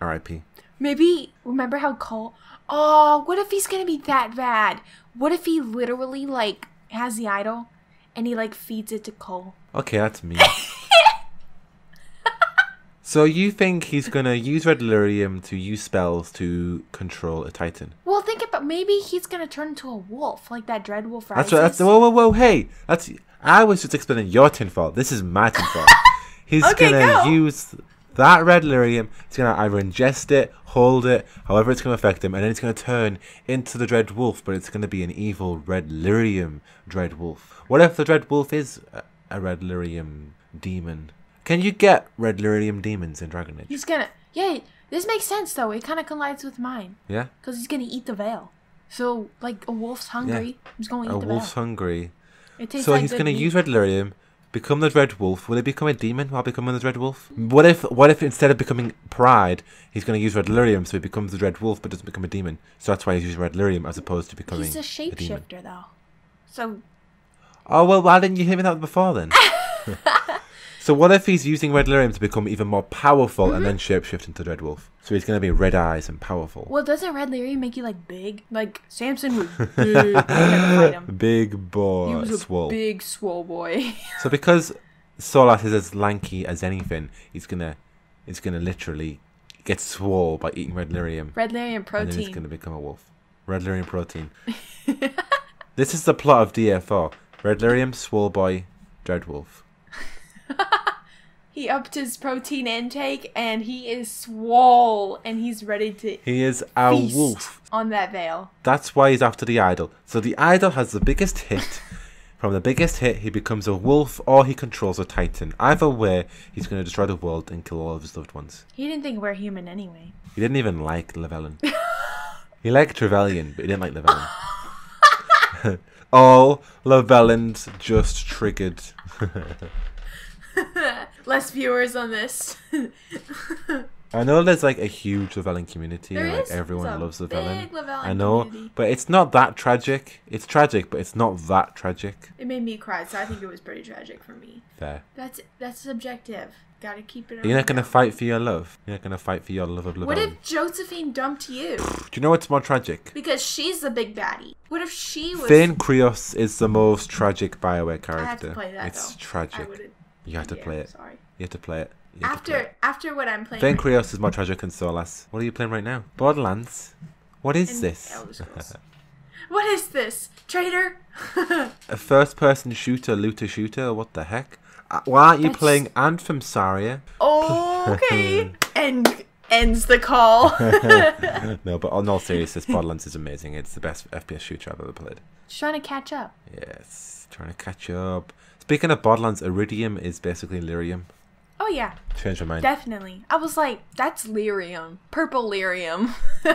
R.I.P.
Maybe remember how Cole? Oh, what if he's gonna be that bad? What if he literally like has the idol, and he like feeds it to Cole?
Okay, that's me. so you think he's gonna use Red Lyrium to use spells to control a Titan?
Well, think about maybe he's gonna turn into a wolf like that Dread Wolf.
That's what. That's
Rises.
whoa, whoa, whoa! Hey, that's. I was just explaining your tinfoil. This is my tinfoil. He's
Okay,
gonna
go.
use that Red Lyrium. He's gonna either ingest it, hold it, however it's gonna affect him, and then it's gonna turn into the Dread Wolf. But it's gonna be an evil Red Lyrium Dread Wolf. What if the Dread Wolf is a, a Red Lyrium demon? Can you get Red Lyrium demons in Dragon Age?
He's gonna. Yeah, this makes sense though. It kind of collides with mine.
Yeah.
Because he's gonna eat the veil. So, like, a wolf's hungry. He's gonna eat
A
the
wolf's
veil.
hungry.
It tastes
So
like
he's
good
going to
meat.
use Red Lyrium, become the Red Wolf. Will he become a demon while becoming the Red Wolf? What if what if instead of becoming Pride, he's going to use Red Lyrium so he becomes the Red Wolf but doesn't become a demon? So that's why he's using Red Lyrium as opposed to becoming
He's a
demon.
shapeshifter, though. So,
Oh well, why didn't you hear me that before then? so what if he's using Red Lyrium to become even more powerful and then
Mm-hmm.
shapeshift into the Red Wolf? So he's going to be red eyes and powerful.
well, doesn't Red Leary make you, like, big? Like, Samson was big. when you had to fight him.
Big boy,
He was a
swole.
big swole boy.
So because Solas is as lanky as anything, he's gonna he's gonna literally get swole by eating red lyrium.
Red Leary
And
and
then he's
protein.
gonna become a wolf. Red lyrium protein. this is the plot of DFR. Red lyrium, swole boy, dread wolf.
He upped his protein intake, and he is swole, and he's ready to
He is a
feast
wolf.
on that veil.
That's why he's after the idol. So the idol has the biggest hit. From the biggest hit, he becomes a wolf or he controls a titan. Either way, he's going to destroy the world and kill all of his loved ones.
He didn't think we're human anyway.
He didn't even like Lavellin. he liked Trevelyan, but he didn't like Lavellin. All Lavellins just triggered.
Less viewers on this.
I know there's like a huge Lavellin community.
There
and, like
is.
everyone
There's a
loves Lavellin.
big Lavellin
I know,
community.
but it's not that tragic. It's tragic, but it's not that tragic.
it made me cry, so I think it was pretty tragic for me.
There.
That's that's subjective. Gotta keep it.
You're
on
not gonna
the
fight for your love. You're not gonna fight for your love of
down.
love.
What
island.
if Josephine dumped you
Do you know what's more tragic?
because she's the big baddie? What if she was?
Thane Krios is the most tragic Bioware character.
I have to play that.
it's
though. I
tragic.
would've-
You have to
yeah,
play it.
Sorry.
You have to play it. You have to play it.
After after what I'm playing.
Thane
right
Krios is more tragic than Solas. What are you playing right now? Borderlands. What is
in
this?
Elder Scrolls. what is this, traitor?
A first-person shooter, looter shooter. What the heck? Uh, Why aren't you
That's-
playing Anthem, Saria?
okay, and ends the call.
no, but on all seriousness, Borderlands is amazing. It's the best FPS shooter I've ever played.
She's trying to catch up.
Yes, trying to catch up. Speaking of Borderlands, Iridium is basically Lyrium.
Oh yeah,
Change my mind.
definitely. I was like, that's lyrium, purple lyrium.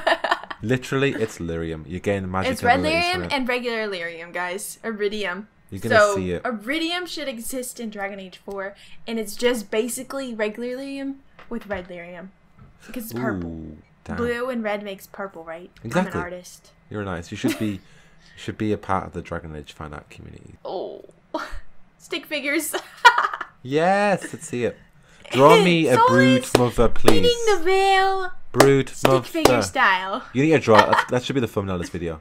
Literally, it's Lyrium. You gain magic.
it's red
abilities from
lyrium
it.
and regular lyrium, guys. Iridium.
You're gonna
so
see it.
iridium should exist in Dragon Age 4, and it's just basically regular lyrium with red lyrium because it's purple.
Ooh, damn.
Blue and red makes purple, right? I'm
Exactly.
an artist.
You're nice. You should be, you should be a part of the Dragon Age fan art community.
Oh, stick figures.
Yes, let's see it. Draw me a
Solis
brood mother, please.
Eating the veil,
Brood
stick figure
mother.
style.
You need to draw. That, that should be the thumbnail of this video.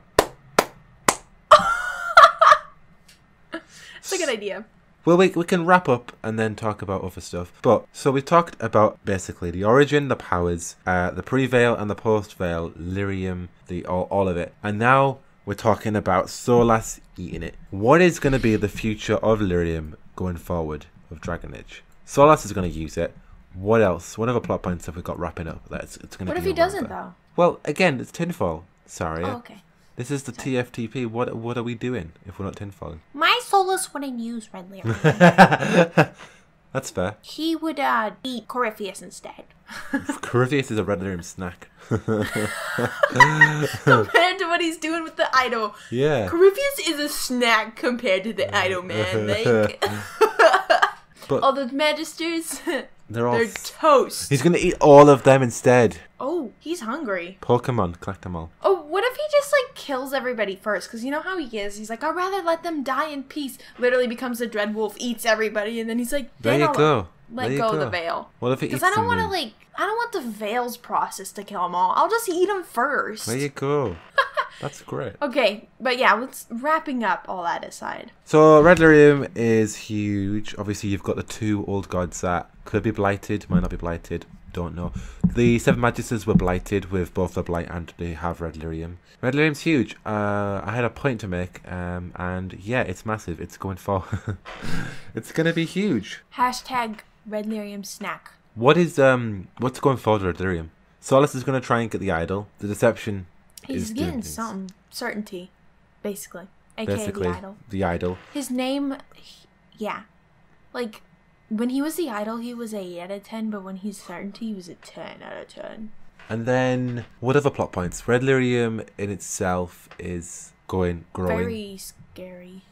It's a good idea.
Well, we, we can wrap up and then talk about other stuff. But so we talked about basically the origin, the powers, uh, the pre-veil and the post-veil, lyrium, the all, all of it, and now we're talking about Solas eating it. What is going to be the future of lyrium going forward of Dragon Age? Solas is going to use it. What else? What other plot points have we got wrapping up? That's it's going to.
What if he doesn't though?
Well, again, it's tinfoil. Sorry,
Oh, okay.
this is the TFTP. What what are we doing if we're not tinfoiling?
My Solus wouldn't use Red Lyrium.
That's fair.
he would uh, eat Corypheus instead.
Corypheus is a red room snack.
compared to what he's doing with the idol.
yeah.
Corypheus is a snack compared to the idol man. Like,
But-
all the magisters,
They're all.
they're toast.
He's gonna eat all of them instead.
Oh, he's hungry.
Pokemon, collect them all.
Oh, what if he just like kills everybody first? Because you know how he is. He's like, I'd rather let them die in peace. Literally becomes a dread wolf, eats everybody, and then he's like,
There
then
you
I'll
go.
Let
There you
go, of the
go.
veil.
What if it eats
Because I don't
them
want to
then?
like, I don't want the veil's process to kill them all. I'll just eat them first.
There you go. That's great.
Okay, but yeah, let's wrapping up all that aside.
So Red Lyrium is huge. Obviously, you've got the two old gods that could be blighted, might not be blighted. Don't know. The Seven Magisters were blighted with both the blight and they have Red Lyrium. Red Lyrium's huge. Uh, I had a point to make, um, and yeah, it's massive. It's going for. it's gonna be huge.
Hashtag Red Lyrium snack.
What is um what's going forward with Ethereum? Solace is gonna try and get the idol. The deception
He's
is doing
getting
things.
something certainty, basically. AKA
Basically,
the idol.
the idol.
His name, he- yeah, like when he was the idol, he was a eight out of ten, but when he's certainty, he was a ten out of ten.
And then what other plot points? Red Lyrium in itself is going growing.
Very scary.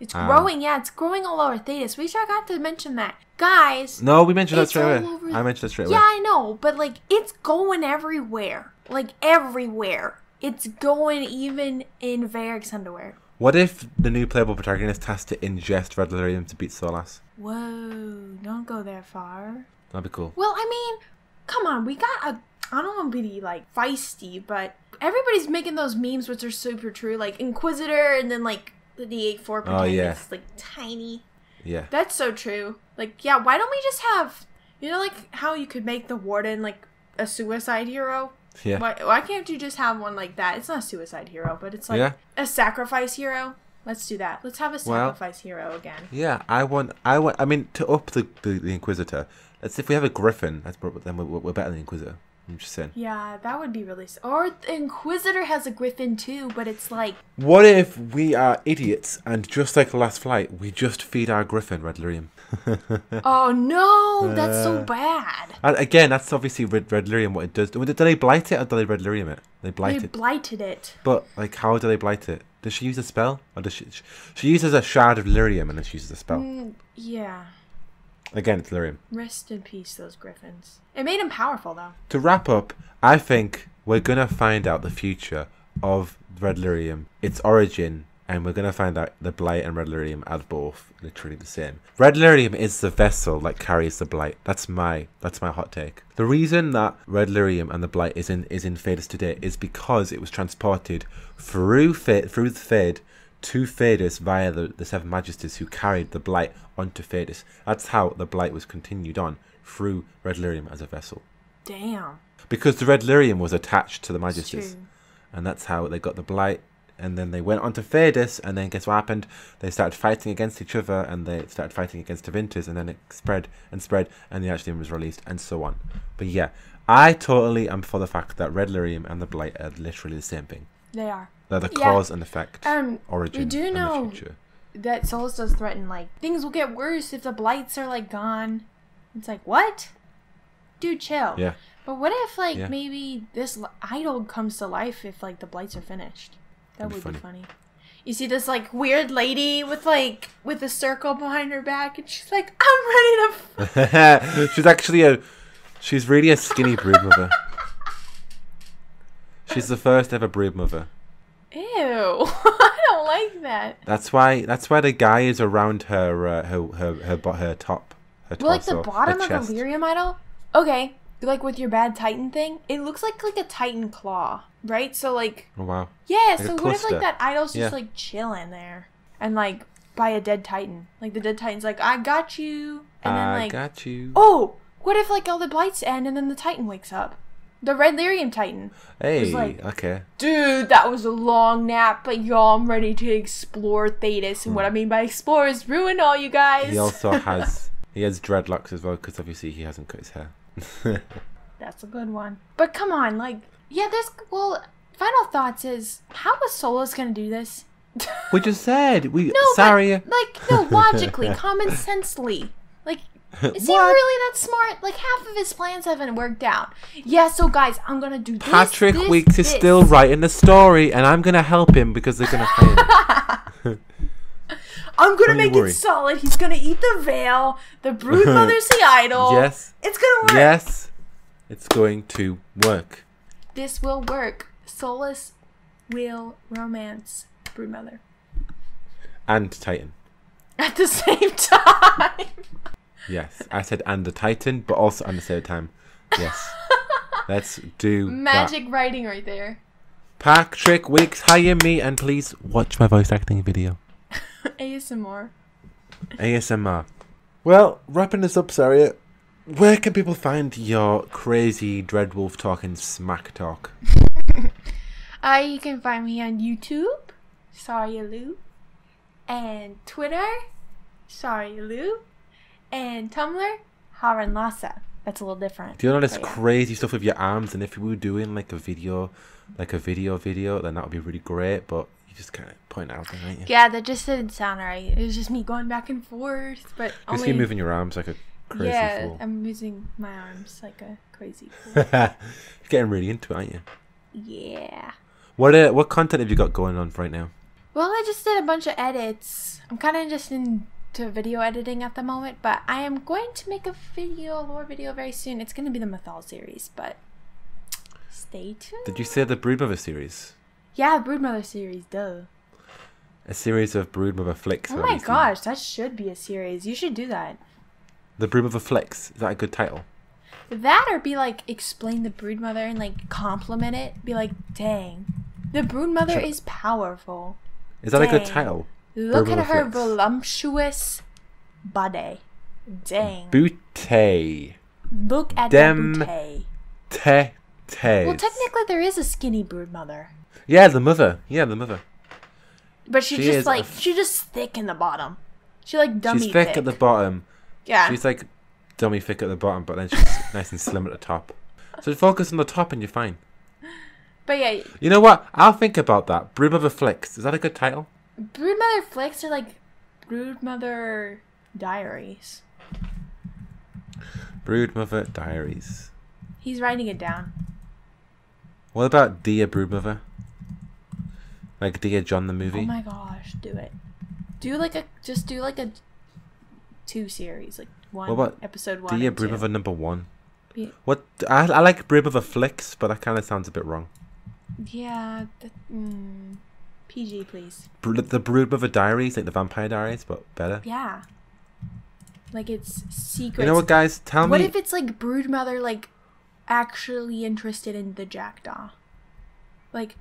It's
Ah.
growing, yeah, it's growing all over Thetis. We forgot to mention that, guys.
No, we mentioned that
It's
straight away.
all over-
I mentioned that straight
Yeah,
away.
I know, but like it's going everywhere, like everywhere. It's going even in Varric's underwear.
What if the new playable protagonist has to ingest Red Lyrium to beat Solas?
Whoa, don't go that far.
That'd be cool.
Well, I mean, come on, we got a. I don't want to be like feisty, but everybody's making those memes, which are super true, like Inquisitor, and then like the D84
Oh,
protagonist,
yeah.
like tiny.
Yeah.
That's so true. Like, yeah, why don't we just have, you know, like how you could make the warden like a suicide hero?
Yeah.
Why, why can't you just have one like that? It's not a suicide hero, but it's like
Yeah.
a sacrifice hero. Let's do that. Let's have a
Well-
sacrifice hero again.
Yeah, I want, I want. I mean, to up the, the, the Inquisitor. Let's if we have a Griffin, that's prob- then we're, we're better than the Inquisitor. I'm just saying.
Yeah, that would be really. s- Or the Inquisitor has a griffin too, but it's like
What if we are idiots and just like the last flight, we just feed our griffin Red Lyrium?
Oh no, that's so bad.
And again, that's obviously Red, Red Lyrium what it does. Do do they blight it or do they Red Lyrium it? They blight
They
it.
blighted it.
but like, how do they blight it? Does she use a spell, or does she? sh- She uses a shard of lyrium, and then she uses a spell.
Mm. Yeah.
Again, it's lyrium.
Rest in peace, those griffins. It made him powerful though.
To wrap up, I think we're gonna find out the future of Red Lyrium, its origin, and we're going to find out the blight and red lyrium are both literally the same. Red lyrium is the vessel that carries the blight. That's my that's my hot take. The reason that red lyrium and the blight is in is in Fadus today is because it was transported through Fa- through the Fade to Fadus via the, the Seven Majesties who carried the blight onto Fadus. That's how the blight was continued on through red lyrium as a vessel.
Damn.
Because the red lyrium was attached to the
It's
Majesties
true.
and that's how they got the blight. And then they went on to Fadus, and then guess what happened? They started fighting against each other, and they started fighting against Aventus, and then it spread and spread, and the Archdeacon was released, and so on. But yeah, I totally am for the fact that Red Lyrium and the Blight are literally the same thing.
They are.
They're the
Yeah.
cause and effect,
Um,
origin,
we do
and
know
the future.
that Solus does threaten like things will get worse if the blights are like gone. It's like what? Dude, chill.
Yeah.
But what if like
Yeah.
maybe this l- idol comes to life if like the blights are finished? That
That'd
would
be
be funny. You see this like weird lady with like with a circle behind her back, and she's like, "I'm ready to." F-.
she's actually a, she's really a skinny broodmother. She's the first ever broodmother.
Ew, I don't like that.
That's why. That's why the guy is around her. Uh, her, her, her, bo- her top. Her
Well, like
torso,
the bottom
her
of
chest.
a lyrium idol. Okay, like with your bad titan thing, it looks like like a titan claw, right? So like
Oh wow.
Yeah,
Like a
so what if
cluster.
like that idol's just
Yeah.
like chilling there and like by a dead titan? Like the dead titan's like, I got you and then
I
like
got you.
Oh what if like all the blights end and then the titan wakes up? The red lyrium titan.
hey.
like-
okay.
Dude, that was a long nap, but y'all I'm ready to explore Thetis. And what I mean by explore is ruin all you guys.
He also has. He has dreadlocks as well because obviously he hasn't cut his hair.
That's a good one. But come on, like yeah, this well final thoughts is how was Solus gonna do this?
we just said we.
No, but,
sorry.
like no, logically, common sensely. Like, is he
What?
really that smart? Like half of his plans haven't worked out. Yeah, so guys, I'm gonna do this,
Patrick
this,
Weeks is
this.
still writing the story, and I'm gonna help him because they're gonna fail.
I'm gonna
Don't you
make
worry.
it solid. He's gonna eat the veil. The brood mother's the idol.
Yes.
it's gonna work.
yes, it's going to work.
This will work. Solus will romance broodmother
And Titan.
at the same time.
Yes, I said and the Titan, but also and the same time. Yes, let's do That.
Magic writing right there.
Patrick Weeks, hire me and please watch my voice acting video.
ASMR.
ASMR. Well, wrapping this up, Saria, where can people find your crazy Dreadwolf talking smack talk?
Uh, you can find me on YouTube, Sorry Lou, and Twitter, Sorry Lou, and Tumblr, Haran Lhasa. That's a little different.
Do you know this
But yeah.
crazy stuff with your arms? And if we were doing like a video, like a video video, then that would be really great. But you just kind of point out, there, aren't you?
Yeah, that just didn't sound right. It was just me going back and forth, but
Just
only
keep moving your arms like a crazy
yeah, um
fool.
I'm using my arms like a crazy fool.
You're getting really into it, aren't you?
yeah.
What uh, what content have you got going on right now?
Well, I just did a bunch of edits. I'm kind of just into video editing at the moment, but I am going to make a video, lore video very soon. It's going to be the Mythal series, but stay tuned.
Did you say the Broodmother series?
Yeah, Broodmother series, duh.
A series of Broodmother flicks.
Oh
or
my
anything.
gosh, that should be a series. You should do that.
The Broodmother flicks. Is that a good title?
That or be like, explain the Broodmother and like compliment it. Be like, dang, the Broodmother is powerful.
Is that a good
Dang.
title?
Look
Broodmother
at her
flicks.
voluptuous body. Dang.
Bootay.
Look at
Dem-
Dem- the bootay.
Te. Te.
Well, technically, there is a skinny brood mother,
Yeah, the mother. Yeah, the mother.
but she's
She is
just
a
like
f-
she's just thick in the bottom. She like dummy
She's thick, at the bottom.
yeah.
She's like dummy thick at the bottom, but then she's nice and slim at the top. So focus on the top and you're fine.
but yeah,
You know what? I'll think about that. Broodmother flicks. Is that a good title?
brood mother flicks are like brood mother diaries.
Broodmother Diaries.
He's writing it down.
What about Dear Broodmother? Like Dear John the movie?
Oh my gosh, do it. Do like a just do like a two series, like one
What about
episode one.
Dear
and two.
Broodmother number one.
Be-
What I, I like Broodmother flicks, but that kind of sounds a bit wrong.
Yeah, that, mm, PG, please.
Br- the Broodmother Diaries, like the Vampire Diaries, but better.
Yeah. Like it's secret.
You know what, guys? Tell
What
me.
if it's like broodmother, like actually interested in the jackdaw? Like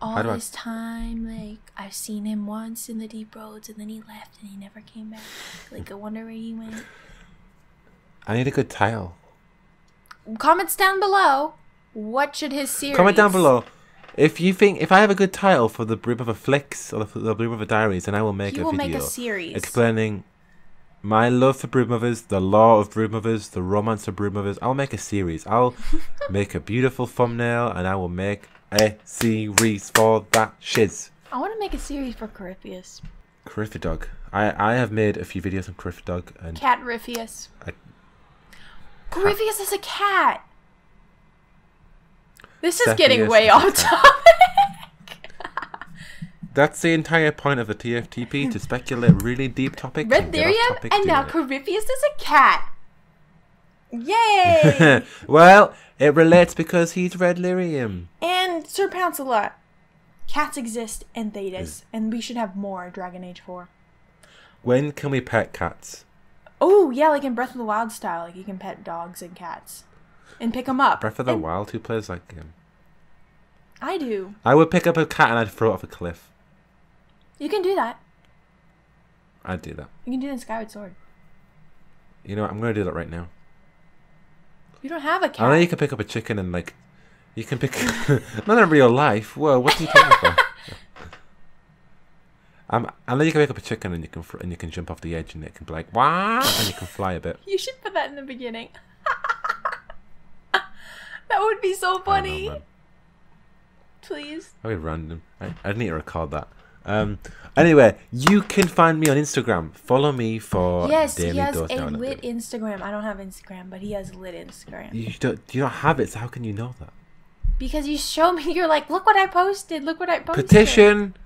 all
How do I-
this time, like I've seen him once in the deep roads, and then he left and he never came back. Like I wonder where he went.
I need a good title.
Comments down below. What should his series?
Comment down below if you think if I have a good title for the Broodmother flicks or the, the Broodmother Diaries, then I will make
You
a
will
video
make a series.
explaining my love for Broodmothers, the law of Broodmothers, the romance of Broodmothers. I'll make a series. I'll make a beautiful thumbnail, and I will make a series for that shiz.
I want to make a series for Corypheus.
Corypha Dog. I I have made a few videos on Corypha Dog, and
Cat Ripheus.
I-
Corypheus is a cat. This is
Cepheus
getting way
is a
off topic.
that's the entire point of the TFTP to speculate really deep topics.
Red
and get off
Therium,
topic
and now
doing it.
Corypheus is a cat. Yay!
well, it relates because he's Red Lyrium.
and Sir Pouncelot. Cats exist and Thetis, and we should have more Dragon Age 4.
When can we pet cats?
Oh, yeah, like in Breath of the Wild style, like you can pet dogs and cats and pick them up.
Breath of the
And
Wild, who plays that game?
I do.
I would pick up a cat and I'd throw it off a cliff.
You can do that.
I'd do that.
You can do that in Skyward Sword.
You know what? I'm going to do that right now.
You don't have a
I know you
cat.
can pick up a chicken and, like, you can pick. not in real life. Whoa, what are you talking about? Um, I know you can pick up a chicken and you can fr- and you can jump off the edge and it can be like wow and you can fly a bit.
You should put that in the beginning. that would be
I
so
don't know,
funny.
man.
Please.
That would be random. I, I need to record that. Um. Anyway, you can find me on Instagram. Follow me for
yes,
daily
he has
dose
a
Oh, down at
lit
the-
Instagram. I don't have Instagram, but he has lit Instagram.
You don't. You don't have it. So how can you know that?
Because you show me, you're like, look what I posted, look what I posted.
Petition,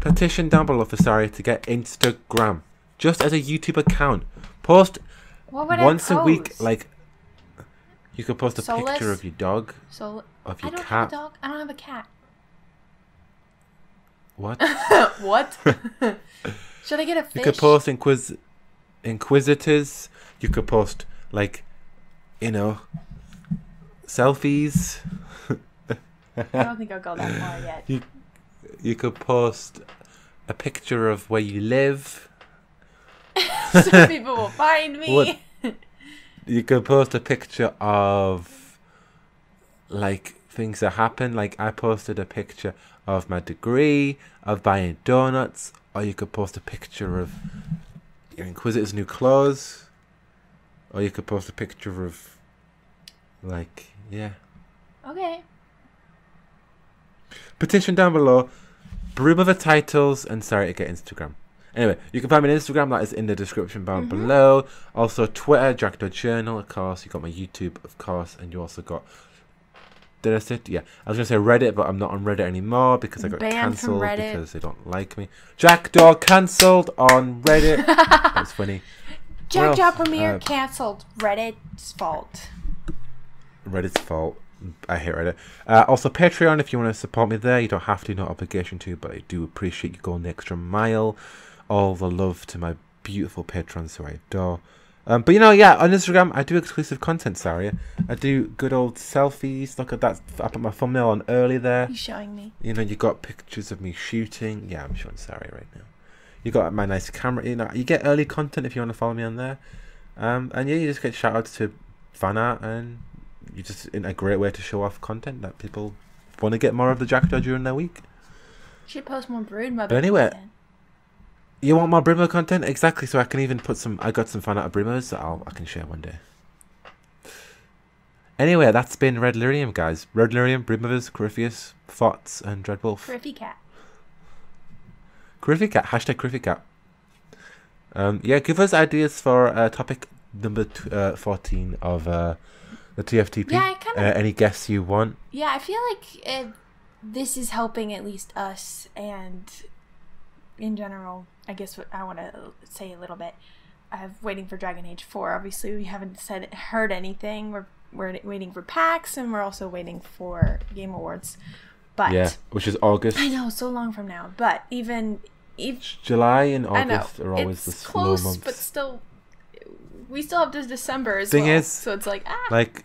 petition down below for sorry to get Instagram just as a YouTube account. Post
What would
once
I
a
post?
week, like you could post a
Soulless?
picture of your dog.
so.
of
I
your
don't
cat.
have a dog. I don't have a cat.
What
what? Should I get a fish?
you could post inquis- inquisitors. You could post like you know selfies.
I don't think I'll go that far yet.
You could post a picture of where you live.
so people will find me.
What? you could post a picture of like things that happen. Like I posted a picture of my degree, of buying donuts, or you could post a picture of your Inquisitor's new clothes, or you could post a picture of like yeah.
Okay.
Petition down below. Broom of the titles and sorry to get Instagram. Anyway, you can find me on Instagram, that is in the description down
Mm-hmm.
below. Also Twitter, Jackdaw Journal, of course. You got my YouTube, of course, and you also got Did I say yeah. I was gonna say Reddit, but I'm not on Reddit anymore because I got
Banned from
cancelled
Reddit.
because they don't like me. Jackdaw cancelled on Reddit. That's funny.
Jack
Well,
Jack Premiere
uh,
canceled. Reddit's fault.
Reddit's fault. I hate Reddit. Uh, also, Patreon, if you want to support me there, you don't have to, no obligation to, but I do appreciate you going the extra mile. All the love to my beautiful patrons who I adore. Um, but you know, yeah, on Instagram, I do exclusive content, Saria. I do good old selfies. Look at that. I put my thumbnail on early there.
You showing me?
You know, you got pictures of me shooting. Yeah, I'm showing Saria right now. You got my nice camera. You know, you get early content if you want to follow me on there. Um, and yeah, you just get shout outs to fan art, and you just in a great way to show off content that people want to get more of the Jackdaw during their week.
Should post more brood mother.
But anyway-
content.
You want more Brimo content? Exactly. So I can even put some. I got some fan art of Brimos that I'll, I can share one day. Anyway, that's been Red Lyrium, guys. Red Lyrium, Brimovers, Corypheus, Fots, and Dreadwolf.
Griffy cat.
Griffy Cat. Hashtag Griffy Cat. Um, yeah, give us ideas for uh, topic number t- uh, 14 of uh, the TFTP.
Yeah, I kinda-
Uh, any guests you want?
Yeah, I feel like uh this is helping at least us and in general. I guess what I want to say a little bit. I'm waiting for Dragon Age Four. Obviously, we haven't said heard anything. We're we're waiting for PAX, and we're also waiting for Game Awards. But
Yeah, which is August.
I know, so long from now. But even if
July and
I know
August are always the
it's
slow
close,
months.
but still, we still have to December as
Thing
well.
is,
so it's like ah,
Like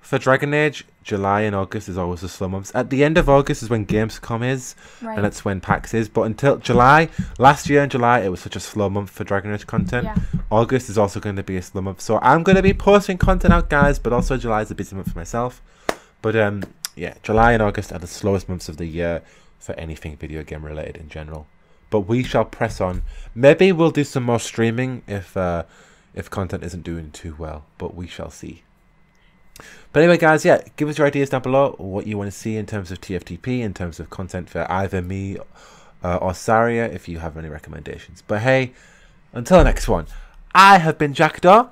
for Dragon Age, July and August is always the slow months. At the end of August is when Gamescom is,
Right.
and that's when PAX is. But until July, last year in July, it was such a slow month for Dragon Age content.
Yeah.
August is also going to be a slow month, so I'm going to be posting content out, guys. But also July is a busy month for myself. But um, yeah, July and August are the slowest months of the year for anything video game related in general. But we shall press on. Maybe we'll do some more streaming if uh, if content isn't doing too well. But we shall see. But anyway, guys, yeah, give us your ideas down below what you want to see in terms of TFTP, in terms of content for either me uh, or Saria, if you have any recommendations. But hey, until the next one, I have been Jackdaw,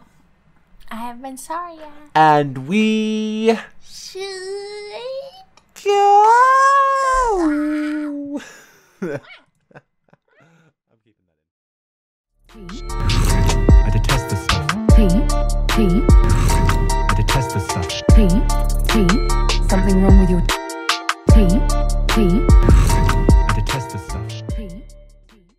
I have been sorry.
and we.
Should.
Go!
T
I detest this stuff.
T T
I detest this stuff.
T